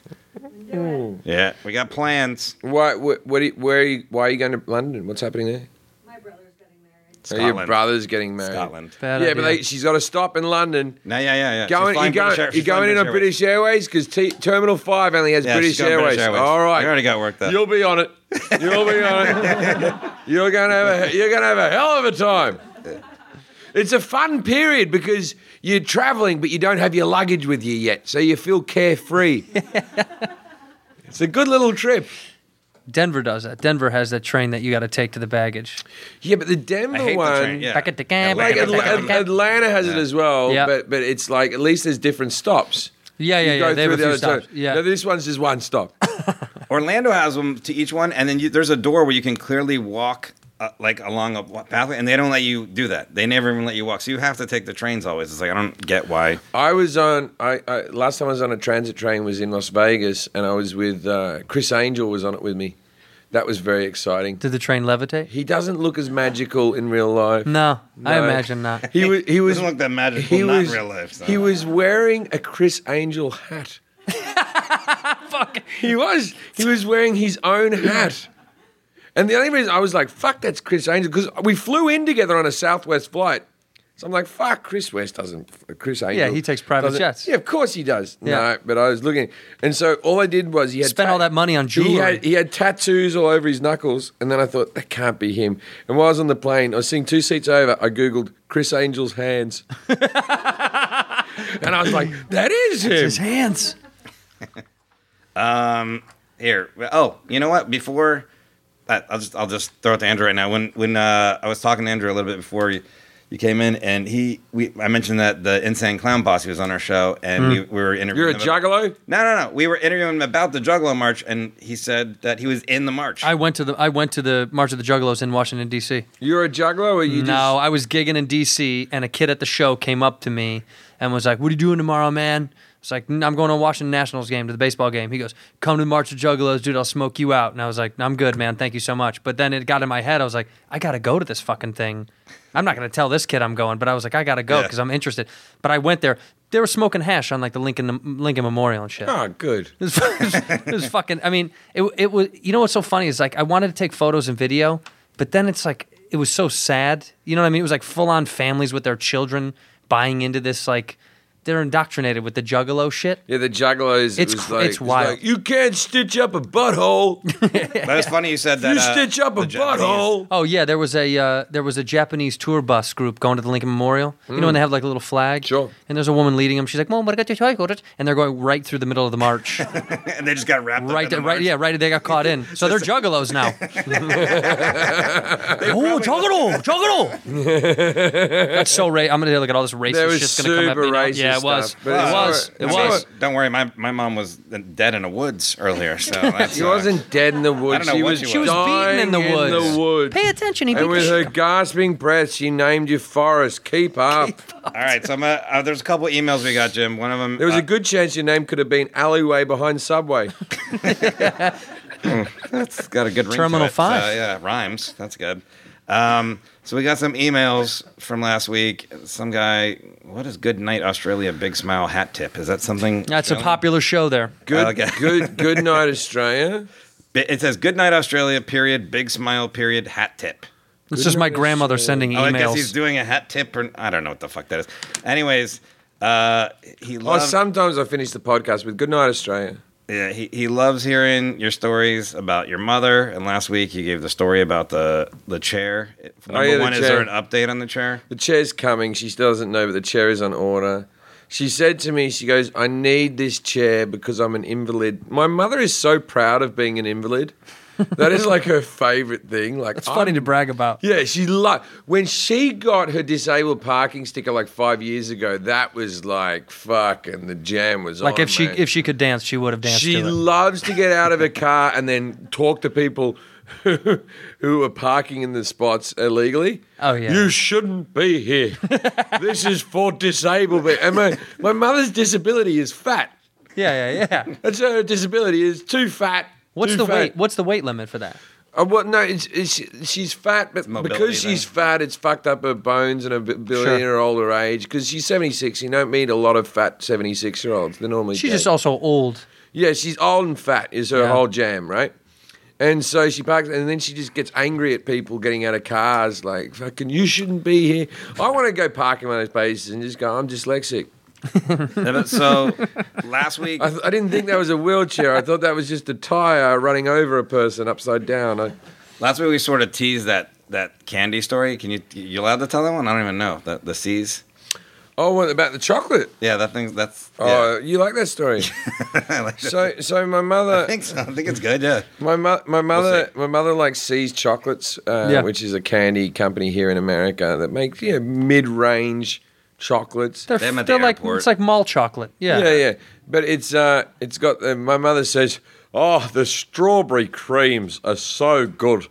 S1: Yeah, we got plans.
S2: why? What? what do you- where? Are you, why are you going to London? What's happening there?
S8: My brother's getting married.
S2: Are Your brother's getting married.
S1: Scotland.
S2: Yeah,
S3: Bad
S2: but
S3: idea.
S2: they, she's got to stop in London.
S1: No, yeah, yeah, yeah. She's
S2: Going,
S1: flying
S2: you're going,
S1: British Air-
S2: you're
S1: she's flying
S2: going in on British Airways because T- Terminal Five only has
S1: Yeah, she's
S2: British,
S1: going
S2: Airways. All right,
S1: You already got worked up.
S2: You'll be on it. You'll be on it. You're gonna have a, you're gonna have a hell of a time. It's a fun period because you're traveling, but you don't have your luggage with you yet, so you feel carefree. it's a good little trip.
S3: Denver does that. Denver has that train that you got to take to the baggage.
S2: Yeah, but the
S1: I
S2: Denver
S1: hate
S2: one.
S1: the train. Yeah.
S3: Back at the camp,
S1: Yeah,
S2: Like
S1: back
S3: back at
S1: at the
S2: Atla-
S1: camp.
S2: At- Atlanta has it as well,
S3: Yeah.
S2: but but it's like at least there's different stops.
S3: Yeah, yeah,
S2: You
S3: yeah.
S2: go
S3: They have
S2: through
S3: a
S2: the
S3: few
S2: other
S3: stops.
S2: side.
S3: Yeah.
S2: No, this one's just one stop.
S1: Orlando has them to each one, and then you, there's a door where you can clearly walk uh, like along a wa- pathway, and they don't let you do that. They never even let you walk, so you have to take the trains always. It's like I don't get why.
S2: I was on. I, I last time I was on a transit train was in Las Vegas, and I was with uh, Chris Angel was on it with me. That was very exciting.
S3: Did the train levitate?
S2: He doesn't look as magical in real life.
S3: No, I
S2: No.
S3: imagine not.
S2: He was. He was.
S1: Doesn't look that magical,
S2: He
S1: not
S2: was.
S1: in real life. So.
S2: He was wearing a Chris Angel hat.
S3: Fuck.
S2: He was. He was wearing his own hat. And the only reason I was like, "Fuck, that's Chris Angel," because we flew in together on a Southwest flight. So I'm like, "Fuck, Chris West doesn't. Chris Angel.
S3: he takes private
S2: doesn't-
S3: jets.
S2: Yeah, of course he does.
S3: Yeah.
S2: No, but I was looking, and so all I did was he had
S3: Spent all that money on
S2: He
S3: jewelry.
S2: had, he had tattoos all over his knuckles, and then I thought that can't be him. And while I was on the plane, I was sitting two seats over. I googled Chris Angel's hands, and I was like, "That is him."
S3: His hands.
S1: Here. Oh, you know what? Before I- I'll just I'll just throw it to Andrew right now. When when uh, I was talking to Andrew a little bit before you, you came in, and he we I mentioned that the insane clown posse was on our show, and we, we were interviewing.
S2: Hmm. You're a
S1: them-
S2: juggalo?
S1: No, no, no. We were interviewing him about the Juggalo March, and he said that he was in the march.
S3: I went to the I went to the March of the Juggalos in Washington D.C.
S2: You're a juggalo or you
S3: no, I was gigging in D.C. and a kid at the show came up to me and was like, "What are you doing tomorrow, man?" It's like "N- I'm going to a Washington Nationals game to the baseball game. He goes, "Come to the March of Juggalos, dude. I'll smoke you out." And I was like, "I'm good, man. Thank you so much." But then it got in my head. I was like, "I gotta go to this fucking thing. I'm not gonna tell this kid I'm going." But I was like, "I gotta go
S1: Yeah.
S3: because I'm interested." But I went there. They were smoking hash on like the Lincoln Lincoln Memorial and shit.
S2: just... Oh, good.
S3: It was, it was fucking. I mean, it it was. You know what's so funny is like I wanted to take photos and video, but then it's like it was so sad. You know what I mean? It was like full on families with their children buying into this like they're indoctrinated with the juggalo shit.
S2: Yeah, the juggalos.
S3: It's
S2: it was
S3: cr-
S2: like,
S3: it's
S2: it was
S3: wild.
S2: like, you can't stitch up a butthole.
S1: but it's funny you said that.
S2: you
S1: uh,
S2: stitch up a
S1: the Japanese-
S2: butthole.
S3: Oh yeah, there was a uh, there was a Japanese tour bus group going to the Lincoln Memorial. You know when they have like a little flag.
S2: Sure.
S3: And there's a woman leading them. She's like, "Mom, what got your And they're going right through the middle of the march.
S1: and they just got wrapped up.
S3: right,
S1: in the
S3: there, right,
S1: march.
S3: yeah, right. They got caught in, so they're juggalos now. oh, juggalo, juggalo. That's so ra I'm gonna look at all this racist
S2: There was
S3: shit's gonna come up.
S2: super
S3: me now.
S2: racist
S3: yeah, it was.
S2: stuff,
S3: It
S2: but it's
S3: was.
S2: all right.
S3: It
S1: Uh, I mean,
S3: was.
S1: Don't worry, my, my mom was dead in the woods earlier, so that's,
S2: She
S1: uh,
S2: wasn't dead in the woods.
S1: know
S2: She
S1: what
S2: was,
S1: she
S2: dying
S1: was. She was
S3: beaten in the woods.
S2: woods.
S3: Pay attention. He beat
S2: And
S3: the
S2: with her
S3: shit.
S2: gasping breath, she named you Forrest. Keep up.
S1: All right, so I'm, uh, uh, there's a couple emails we got, Jim. One of them uh,
S2: There
S3: Uh,
S2: was a good chance your name could have been Alleyway behind Subway.
S1: It's got a good ring.
S3: Terminal
S1: to it.
S3: five.
S1: So, yeah, rhymes. That's good. Um, so we got some emails from last week. Some guy, what is Good Night Australia Big Smile Hat Tip? Is that something?
S3: That's a popular show there.
S2: Good,
S1: Okay.
S2: good, good night, Australia.
S1: It says Good Night Australia period Big Smile period Hat Tip.
S3: It's just my grandmother sending
S1: Oh, I guess he's
S3: emails.
S1: doing a hat tip, or I don't know what the fuck that is. Anyways, uh, he
S2: Oh,
S3: Um,
S1: loves.
S2: sometimes I finish the podcast with "Good night, Australia."
S1: Yeah, he, he loves hearing your stories about your mother. And last week you gave the story about the the chair. Number
S2: Oh, yeah, the
S1: one, is
S2: chair.
S1: there an update on the chair?
S2: The chair's coming. She still doesn't know, but the chair is on order. She said to me, she goes, I need this chair because I'm an invalid. My mother is so proud of being an invalid. That is like her favorite thing. Like
S3: It's funny to brag about.
S2: Yeah, she loved when she got her disabled parking sticker like five years ago. That was like fucking the jam was
S3: Like
S2: on,
S3: if she
S2: mate.
S3: if she could dance, she would have danced
S2: She
S3: to it.
S2: loves to get out of her car and then talk to people who are parking in the spots illegally.
S3: Oh, yeah.
S2: You shouldn't be here. this is for disabled people. And my, my mother's disability is fat.
S3: Yeah, yeah, yeah.
S2: That's her disability is too fat.
S3: What's
S2: too
S3: the
S2: fat.
S3: weight? What's the weight limit for that?
S2: Uh, well, no, it's, it's, she's fat, but
S1: mobility
S2: because she's
S1: thing.
S2: fat, it's fucked up her bones and her ability in her older age. Because she's 76. You don't meet a lot of fat 76 year olds. They're normally
S3: She's
S2: gay.
S3: just also old.
S2: Yeah, she's old and fat is her
S3: Yeah.
S2: whole jam, right? And so she parks, and then she just gets angry at people getting out of cars, like "fucking you shouldn't be here." I want to go park in one of those places and just go. I'm dyslexic.
S1: Yeah, but so last week,
S2: I, th- I didn't think that was a wheelchair. I thought that was just a tire running over a person upside down. I,
S1: last week we sort of teased that that candy story. Can you you allowed to tell that one? I don't even know the the C's.
S2: oh, what about the chocolate?
S1: Yeah, that thing's that's.
S2: Oh,
S1: Yeah.
S2: you like that story? so, so my mother.
S1: I think so. I think it's good. Yeah.
S2: My, mo- my
S1: We'll
S2: mother,
S1: see.
S2: my mother likes Seas Chocolates, uh,
S3: Yeah.
S2: which is a candy company here in America that makes you know, mid-range chocolates.
S3: They're,
S1: Them at the
S3: they're like
S1: airport.
S3: it's like mall chocolate.
S2: yeah, yeah. But it's uh, it's got. Uh, my mother says, "Oh, the strawberry creams are so good.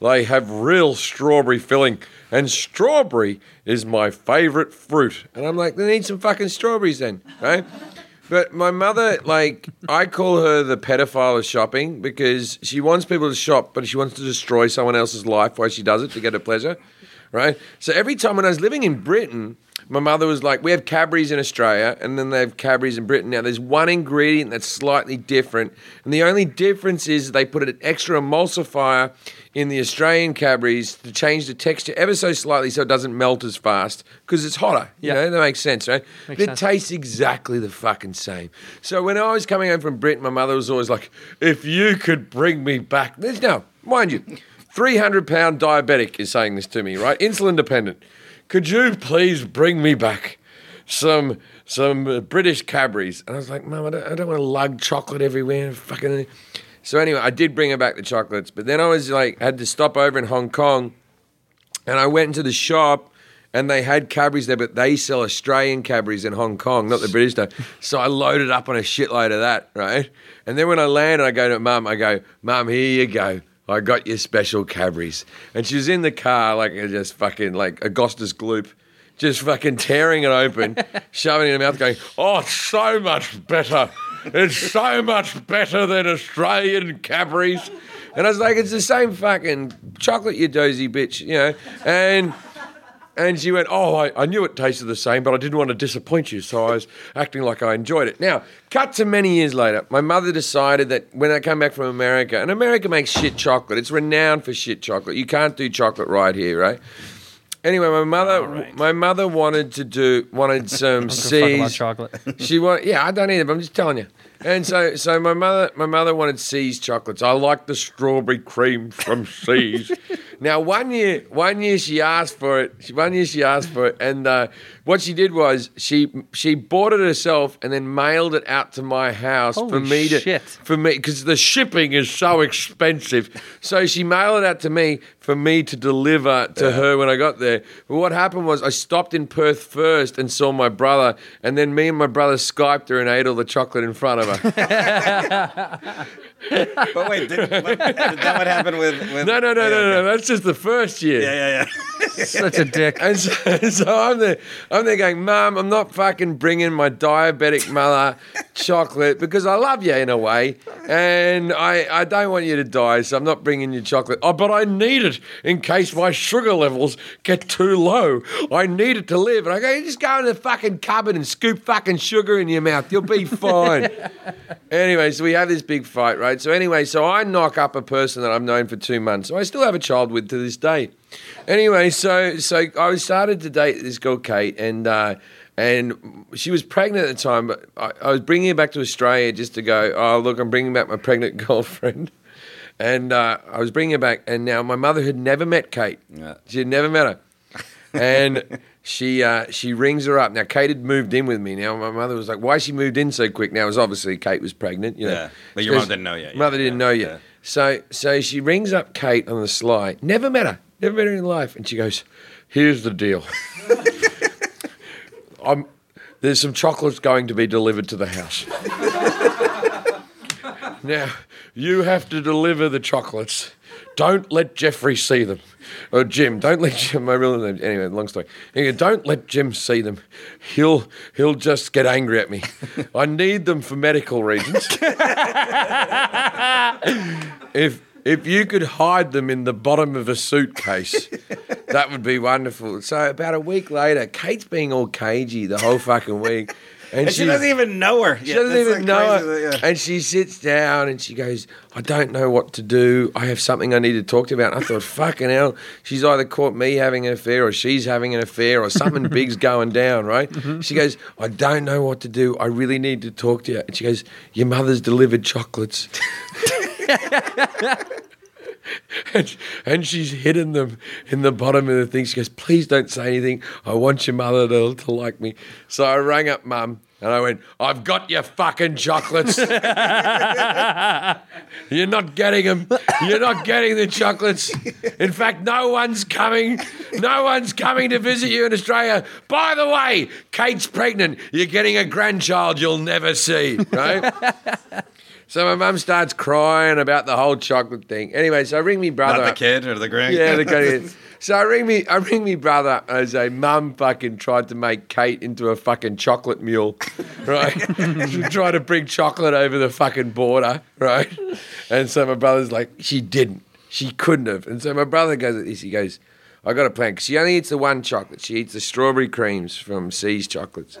S2: They have real strawberry filling, and strawberry is my favorite fruit." And I'm like, "They need some fucking strawberries then, right?" But my mother, like, I call her the pedophile of shopping because she wants people to shop, but she wants to destroy someone else's life while she does it to get her pleasure, right? So every time when I was living in Britain, my mother was like, "We have Cadbury's in Australia, and then they have Cadbury's in Britain. Now there's one ingredient that's slightly different, and the only difference is they put an extra emulsifier in the Australian Cadbury's to change the texture ever so slightly so it doesn't melt as fast because it's hotter. You
S3: Yeah.
S2: know that makes sense, right?
S3: Makes
S2: but it
S3: sense.
S2: tastes exactly the fucking same. So when I was coming home from Britain, my mother was always like, "If you could bring me back," there's now, mind you, 300 pound diabetic is saying this to me, right? Insulin dependent. Could you please bring me back some some uh, British Cadbury's? And I was like, "Mum, I don't, I don't want to lug chocolate everywhere." and Fucking. So anyway, I did bring her back the chocolates, but then I was like, had to stop over in Hong Kong, and I went into the shop. And they had Cadbury's there, but they sell Australian Cadbury's in Hong Kong, not the British stuff. So I loaded up on a shitload of that, right? And then when I land, I go to Mum, I go, Mum, here you go. I got your special Cadbury's. And she was in the car, like, just fucking, like, Agosta's gloop just fucking tearing it open, shoving it in her mouth, going, "Oh, it's so much better! It's so much better than Australian Cadbury's." And I was like, "It's the same fucking chocolate, you dozy bitch," you know. And and she went, "Oh, I, I knew it tasted the same, but I didn't want to disappoint you, so I was acting like I enjoyed it." Now, cut to many years later, my mother decided that when I came back from America, and America makes shit chocolate. It's renowned for shit chocolate. You can't do chocolate right here, right? Anyway, my mother, my mother wanted to do wanted some
S3: Fuck about
S2: C's.
S3: chocolate.
S2: She wanted, yeah, I don't either, but I'm just telling you. And so, so my mother, my mother wanted C's chocolates. I like the strawberry cream from C's. now, one year, one year she asked for it. She, one year she asked for it, and uh, what she did was she she bought it herself and then mailed it out to my house for
S3: Holy
S2: me
S3: shit.
S2: to for me because the shipping is so expensive. So she mailed it out to me for me to deliver to her when I got there. But what happened was I stopped in Perth first and saw my brother, and then me and my brother skyped her and ate all the chocolate in front of her.
S1: But wait, did, what, is that what happened with? with Oh,
S2: no, no, no, no,
S1: yeah,
S2: no.
S1: okay.
S2: That's just the first year.
S1: Yeah, yeah, yeah.
S3: Such a dick.
S2: And so, so I'm there, I'm there going, Mum, I'm not fucking bringing my diabetic mother chocolate because I love you in a way, and I, I don't want you to die, so I'm not bringing you chocolate. Oh, but I need it in case my sugar levels get too low. I need it to live. And I go, you just go in the fucking cupboard and scoop fucking sugar in your mouth. You'll be fine. Anyway, so we have this big fight, right? So anyway, so I knock up a person that I've known for two months. So I still have a child with to this day. Anyway, so so I started to date this girl Kate, and uh, and she was pregnant at the time. But I, I was bringing her back to Australia just to go. Oh, look, I'm bringing back my pregnant girlfriend. And uh, I was bringing her back, and now my mother had never met Kate.
S1: Yeah.
S2: She had never met her and she uh, she rings her up. Now Kate had moved in with me. Now my mother was like, "Why she moved in so quick?" Now it was obviously Kate was pregnant. You know.
S1: Yeah, but your mum
S2: Because
S1: didn't know yet, yeah,
S2: Mother didn't
S1: yeah,
S2: know yet.
S1: yeah.
S2: So so she rings up Kate on the sly. Never met her. Never met her in life. And she goes, "Here's the deal. I'm there's some chocolates going to be delivered to the house." Now, you have to deliver the chocolates. Don't let Jeffrey see them. Or Jim. Don't let Jim, my real name. Anyway, long story. Anyway, don't let Jim see them. He'll he'll just get angry at me. I need them for medical reasons. if if you could hide them in the bottom of a suitcase, that would be wonderful. So about a week later, Kate's being all cagey the whole fucking week.
S1: And she
S2: she's-
S1: doesn't even know her.
S2: she doesn't even know it. And she sits down and she goes, I don't know what to do. I have something I need to talk to you about. And I thought, fucking hell, she's either caught me having an affair or she's having an affair or something big's going down, right? She goes, I don't know what to do. I really need to talk to you. And she goes, Your mother's delivered chocolates. and, and she's hidden them in the bottom of the thing. She goes, please don't say anything. I want your mother to, to like me. So I rang up mum and I went, I've got your fucking chocolates. You're not getting them. You're not getting the chocolates. In fact, no one's coming. No one's coming to visit you in Australia. By the way, Kate's pregnant. You're getting a grandchild you'll never see, right? So my mum starts crying about the whole chocolate thing. Anyway, so I ring me brother.
S1: Not the
S2: up.
S1: kid or the grand.
S2: Yeah, the kid. So I ring me, I ring me brother up and I say, Mum fucking tried to make Kate into a fucking chocolate mule, right? she tried to bring chocolate over the fucking border, right? And so my brother's like, she didn't, she couldn't have. And so my brother goes at this, he goes, I got a plan because she only eats the one chocolate. She eats the strawberry creams from C's chocolates.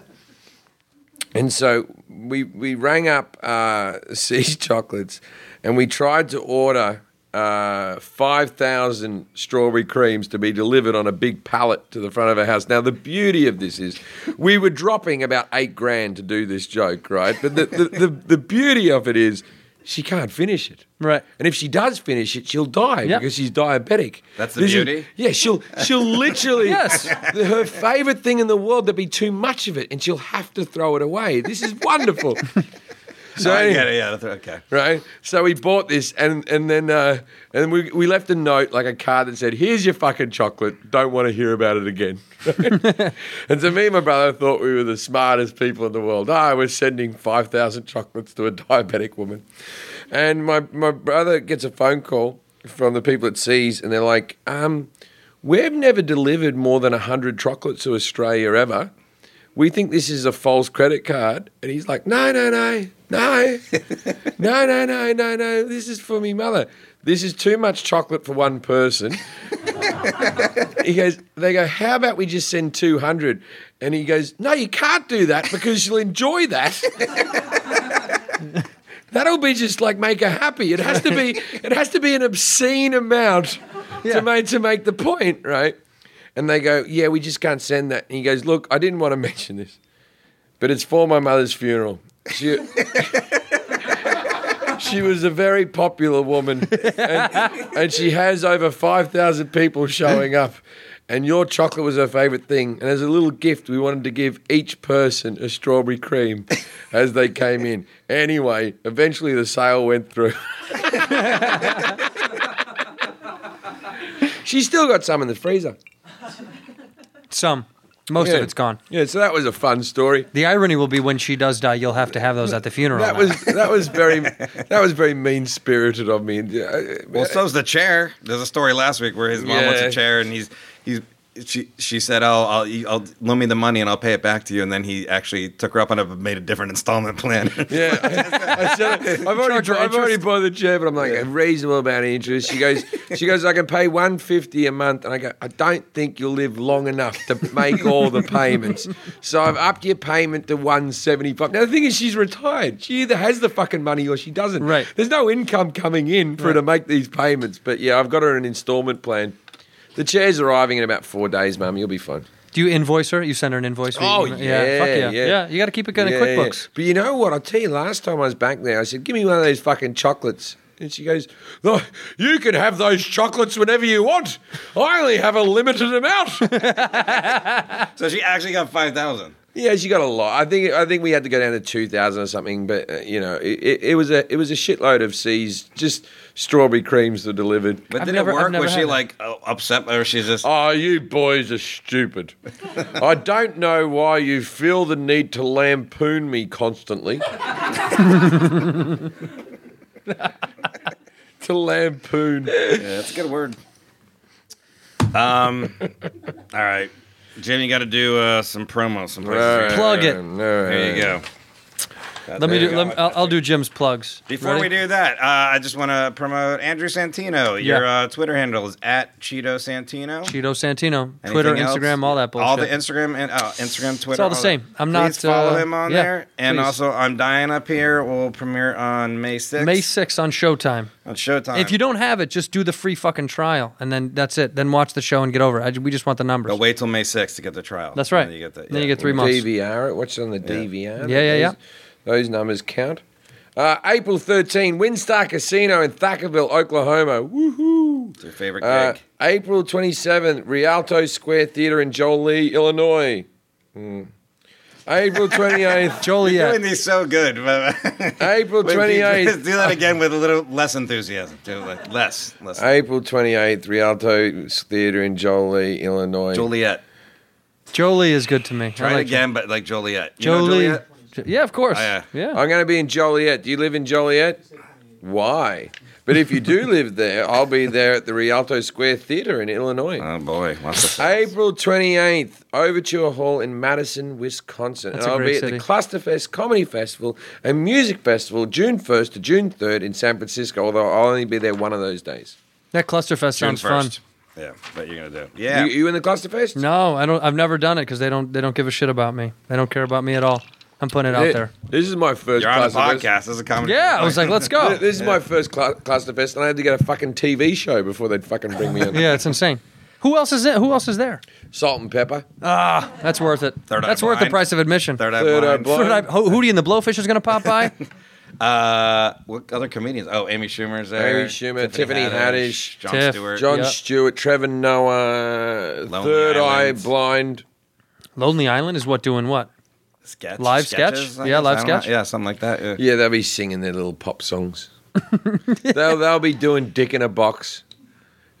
S2: And so we we rang up uh, C's Chocolates, and we tried to order uh, five thousand strawberry creams to be delivered on a big pallet to the front of our house. Now the beauty of this is, we were dropping about eight grand to do this joke, right? But the the, the, the beauty of it is. She can't finish it,
S3: Right.
S2: And if she does finish it, she'll die
S3: Yep.
S2: because she's diabetic.
S1: That's the
S2: This is-
S1: beauty?
S2: yeah, she'll she'll literally
S3: Yes.
S2: her favorite thing in the world there'll be too much of it and she'll have to throw it away. This is wonderful. So
S1: I
S2: anyway-
S1: get it. Yeah. that's- Okay.
S2: right? So we bought this, and and then uh, and we we left a note like a card that said, "Here's your fucking chocolate. Don't want to hear about it again." and so me and my brother thought we were the smartest people in the world. Ah, we're sending five thousand chocolates to a diabetic woman, and my my brother gets a phone call from the people at Seas, and they're like, um, "We've never delivered more than hundred chocolates to Australia ever." we think this is a false credit card. And he's like, no, no, no, no, no, no, no, no, no. This is for me mother. This is too much chocolate for one person. he goes, they go, how about we just send 200? And he goes, no, you can't do that because you'll enjoy that. That'll be just like make her happy. It has to be, it has to be an obscene amount to make to make the point, right? And they go, yeah, we just can't send that. And he goes, look, I didn't want to mention this, but it's for my mother's funeral. She, she was a very popular woman, and, and she has over 5,000 people showing up. And your chocolate was her favorite thing. And as a little gift, we wanted to give each person a strawberry cream as they came in. Anyway, eventually the sale went through. She's still got some in the freezer.
S3: Some, most
S2: Yeah.
S3: of it's gone.
S2: Yeah, so that was a fun story.
S3: The irony will be when she does die, you'll have to have those at the funeral.
S2: That
S3: now.
S2: was that was very that was very mean spirited of me. Uh,
S1: Well, so's the chair. There's a story last week where his mom wants
S2: Yeah.
S1: a chair, and he's he's she she said, "Oh, I'll I'll loan me the money and I'll pay it back to you." And then he actually took her up on a made a different installment plan.
S2: Yeah, I, I said it. I've already,
S3: Charge her
S2: I've already
S3: interest.
S2: bought the chair, but I'm like a reasonable amount of interest. She goes, she goes, I can pay one fifty a month, and I go, I don't think you'll live long enough to make all the payments. So I've upped your payment to one seventy five. Now the thing is, she's retired. She either has the fucking money or she doesn't.
S3: Right.
S2: There's no income coming in for her to make these payments. But yeah, I've got her an instalment plan. The chair's arriving in about four days, Mum. You'll be fine.
S3: Do you invoice her? You send her an invoice? via
S2: Oh,
S3: email?
S2: yeah,
S3: fuck yeah,
S2: yeah.
S3: You got to keep it going in
S2: Yeah, yeah.
S3: QuickBooks.
S2: But you know what? I tell you, last time I was back there, I said, "Give me one of those fucking chocolates." And she goes, "No, you can have those chocolates whenever you want. I only have a limited amount."
S1: so she actually got five thousand.
S2: yeah, she got a lot. I think I think we had to go down to two thousand or something. But uh, you know, it, it, it was a it was a shitload of C's, just strawberry creams that delivered.
S1: But
S3: I've
S1: did
S3: never-
S1: it
S3: I've
S1: work?
S3: never
S1: Was
S3: had
S1: she
S3: it.
S1: like uh, upset, or she's just?
S2: Oh, you boys are stupid. I don't know why you feel the need to lampoon me constantly. to lampoon.
S1: Yeah, that's a good word. Um, all right, Jim, you got to do uh, some promos, some places.
S3: Plug it.
S1: There you go.
S3: Let
S1: Uh,
S3: me
S1: There
S3: do.
S1: you go.
S3: Let me, I'll, I'll do Jim's plugs.
S1: Before
S3: Ready?
S1: we do that, uh, I just want to promote Andrew Santino. Your
S3: Yeah.
S1: uh, Twitter handle is at Cheeto Santino.
S3: Cheeto Santino, Twitter,
S1: Anything else?
S3: Instagram, all that bullshit.
S1: All the Instagram and oh, Instagram, Twitter.
S3: all the same.
S1: that.
S3: I'm not,
S1: Please follow
S3: uh,
S1: him on
S3: yeah,
S1: there. And
S3: please.
S1: also, I'm dying up here. Will premiere on May 6th
S3: May 6th on Showtime.
S1: on Showtime.
S3: If you don't have it, just do the free fucking trial, and then that's it. Then watch the show and get over it. I, we just want the numbers.
S1: but wait till May 6th to get the trial.
S3: That's right.
S1: Then you get that.
S3: Then you
S1: yeah.
S3: get three months.
S2: DVR it. What's on the DVR?
S3: Yeah, yeah, yeah.
S2: Those- Those numbers count. Uh, April 13, Windstar Casino in Thackerville, Oklahoma. Woohoo!
S1: It's your favorite gig.
S2: Uh, April 27th, Rialto Square Theatre in Jolie, Illinois. Mm. April 28th,
S1: You're doing
S3: Joliet.
S1: these so good. but-
S2: April
S1: Wait, can you just
S2: 28th.
S1: Do that again with a little less enthusiasm. Do it like less, less.
S2: April 28th, Rialto Theatre in Jolie, Illinois.
S1: Joliet.
S3: Jolie is good to me.
S1: Try
S3: I
S1: it
S3: like
S1: again, but like Joliet. You know
S3: Jolie.
S1: Joliet?
S3: Yeah, of course.
S1: Oh, yeah.
S3: yeah.
S2: I'm going to be in Joliet. Do you live in Joliet? Why? But if you do live there, I'll be there at the Rialto Square Theatre in Illinois.
S1: Oh boy, lots of fun.
S2: April 28th, Overture Hall in Madison, Wisconsin.
S3: That's
S2: and
S3: a
S2: I'll
S3: great
S2: be
S3: city.
S2: at the Clusterfest Comedy Festival and Music Festival June 1st to June 3rd in San Francisco, although I'll only be there one of those days.
S3: That Clusterfest
S1: June
S3: sounds fun.
S1: 1st. Yeah, but you're gonna do. it. Yeah.
S2: You, you in the Clusterfest?
S3: No, I don't. I've never done it because they don't. They don't give a shit about me. They don't care about me at all. I'm putting it out
S2: Yeah.
S3: there.
S2: This is my first
S1: You're on the
S2: Clusterfest.
S1: podcast. This is a comedy.
S3: Yeah, I was like, let's
S2: Th-
S3: go.
S2: This is my first cl- Clusterfest, and I had to get a fucking TV show before they'd fucking bring me in.
S3: Yeah, it's insane. Who else is it? Who else is there?
S2: Salt and pepper.
S3: That's worth it.
S1: Third Eye
S3: That's worth the
S1: Blind.
S3: price of admission.
S1: Third Eye
S2: Third Eye
S1: Blind.
S2: Blind.
S3: Third Eye- Ho- Hootie and the Blowfish is going to pop by.
S1: Uh, what other comedians? Oh, Amy Schumer's there.
S2: Amy Schumer, Tiffany Haddish,
S1: John
S3: Tiff,
S1: Stewart.
S2: John
S3: Yep.
S2: Stewart, Trevor Noah,
S1: Lonely
S2: Third
S1: Island.
S2: Eye Blind.
S3: Lonely Island is what doing what?
S1: sketch,
S3: Live sketch?
S1: sketches, I
S3: Yeah,
S1: guess.
S3: live
S1: I don't know.
S3: sketch.
S1: Yeah, something like that. Yeah.
S2: Yeah, they'll be singing their little pop songs. they'll, they'll be doing Dick in a Box,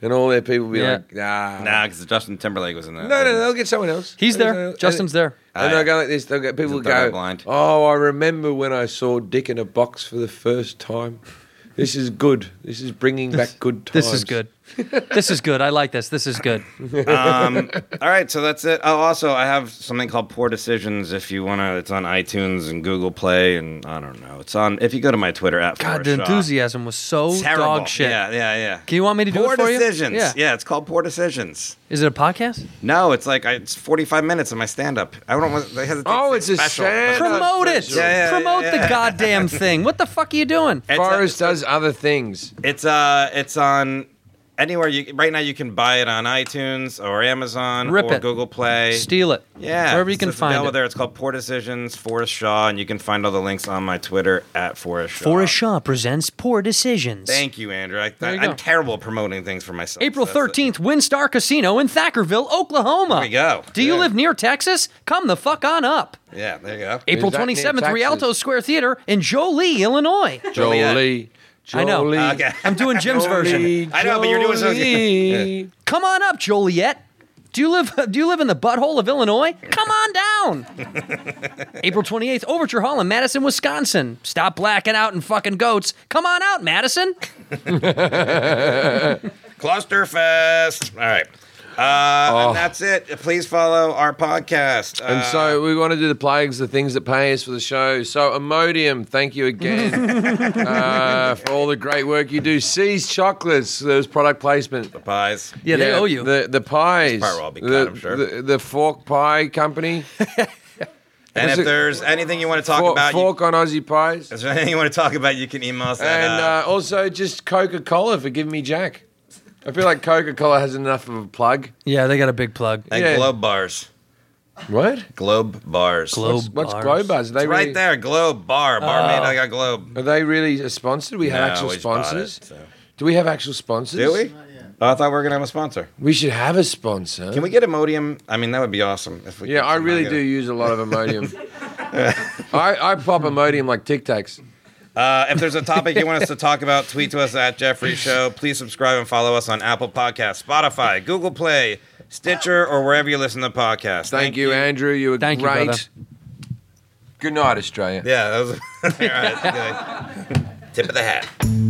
S2: and all their people be
S3: Yeah.
S2: like, nah.
S1: Nah, because Justin Timberlake was in that.
S2: No, no,
S1: wasn't
S2: they'll get someone else.
S3: He's
S2: They'll-
S1: Uh,
S3: there.
S2: they'll-
S3: Justin's there.
S2: And
S1: Ah, yeah.
S2: they'll go like this. They'll get, people
S1: He's a third
S2: go,
S1: blind.
S2: oh, I remember when I saw Dick in a Box for the first time. This is good. This is bringing back good times.
S3: This is good. this is good. I like this. This is good.
S1: um, all right, so that's it. Oh, also, I have something called Poor Decisions. If you want to, it's on iTunes and Google Play, and I don't know. It's on. If you go to my Twitter at
S3: God,
S1: Forrest
S3: the
S1: Shaw.
S3: enthusiasm was so
S1: Terrible.
S3: dog shit.
S1: Yeah, yeah, yeah.
S3: Can you want me to do
S1: poor
S3: it for you?
S1: decisions.
S3: Yeah.
S1: yeah, it's called Poor Decisions.
S3: Is it a podcast?
S1: No, it's like I, it's 45 minutes of my stand up. I don't want they hesitate to
S2: Oh,
S1: say
S2: it's a
S1: special.
S2: stand-
S3: Promote it.
S2: Yeah,
S1: yeah,
S3: Promote
S1: yeah,
S3: the
S1: yeah.
S3: goddamn thing. What the fuck are you doing?
S1: It's,
S2: Forrest does other things.
S1: it's uh it's on anywhere you right now you can buy it on iTunes or Amazon
S3: Rip
S1: or
S3: it.
S1: Google Play.
S3: Steal it.
S1: yeah,
S3: Wherever you
S1: so
S3: can
S1: it's
S3: find
S1: available
S3: it.
S1: There, it's called Poor Decisions, Forrest Shaw, and you can find all the links on my Twitter at Forrest Shaw.
S3: Forrest Shaw presents Poor Decisions.
S1: Thank you, Andrew. I,
S3: There you
S1: I,
S3: go.
S1: am terrible at promoting things for myself.
S3: April
S1: so that's it.
S3: 13th, Windstar Casino in Thackerville, Oklahoma.
S1: There we go.
S3: Do you
S1: Yeah.
S3: live near Texas? Come the fuck on up.
S1: Yeah, there you go.
S3: April
S2: that near
S3: 27th,
S2: Texas?
S3: Rialto Square Theater in Jolie, Illinois.
S2: Jolie. Jolie.
S3: I know.
S1: Okay.
S3: I'm doing Jim's version.
S1: I know, but you're doing so good.
S2: good.
S3: Come on up, Joliet. Do you live do you live in the butthole of Illinois? Come on down. April 28th, Overture Hall in Madison, Wisconsin. Stop blacking out and fucking goats. Come on out, Madison.
S1: Clusterfest. All right. Uh, And that's it. Please follow our podcast. Uh,
S2: Oh. And so we want to do the plugs, the things that pay us for the show. So Imodium, thank you again uh, for all the great work you do. C's Chocolates, there's product placement.
S1: pies.
S3: Yeah, they owe you.
S2: The, the pies.
S1: This part will be cut,
S2: the,
S1: I'm sure.
S2: the, the Fork Pie Company.
S1: And if
S2: Is it-
S1: there's anything you want to talk
S2: For-
S1: about, you,
S2: fork on Aussie Pies.
S1: if there's anything you want to talk about, you can email us. at,
S2: And uh, also just Coca-Cola for giving me Jack. I feel like Coca-Cola has enough of a plug.
S3: Yeah, they got a big plug.
S1: and
S2: yeah.
S1: Globe Bars.
S2: What?
S1: Globe Bars.
S3: Globe
S2: What's
S3: bars.
S2: Globe Bars? Uh, Are they
S1: It's
S2: really,
S1: right there. Globe Bar. Barmaid, I got Globe.
S2: Are they really a sponsor? Do we have
S1: No,
S2: actual
S1: we just bought
S2: sponsors?
S1: it, so.
S2: Do we have actual sponsors?
S1: Do we? Oh, I thought we were going to have a sponsor.
S2: We should have a sponsor.
S1: Can we get Imodium? I mean, that would be awesome. If we
S2: Yeah,
S1: could
S2: I
S1: somehow
S2: really
S1: get
S2: do
S1: it.
S2: use a lot of Imodium. I, I pop Imodium like Tic Tacs.
S1: Uh, if there's a topic you want us to talk about, tweet to us at Jeffrey Show. Please subscribe and follow us on Apple Podcasts, Spotify, Google Play, Stitcher, or wherever you listen to podcasts.
S2: Thank, you, Andrew. You were
S3: Thank you,
S2: great.
S3: brother.
S2: Good night, Australia.
S1: Yeah, that was all right, okay. tip of the hat.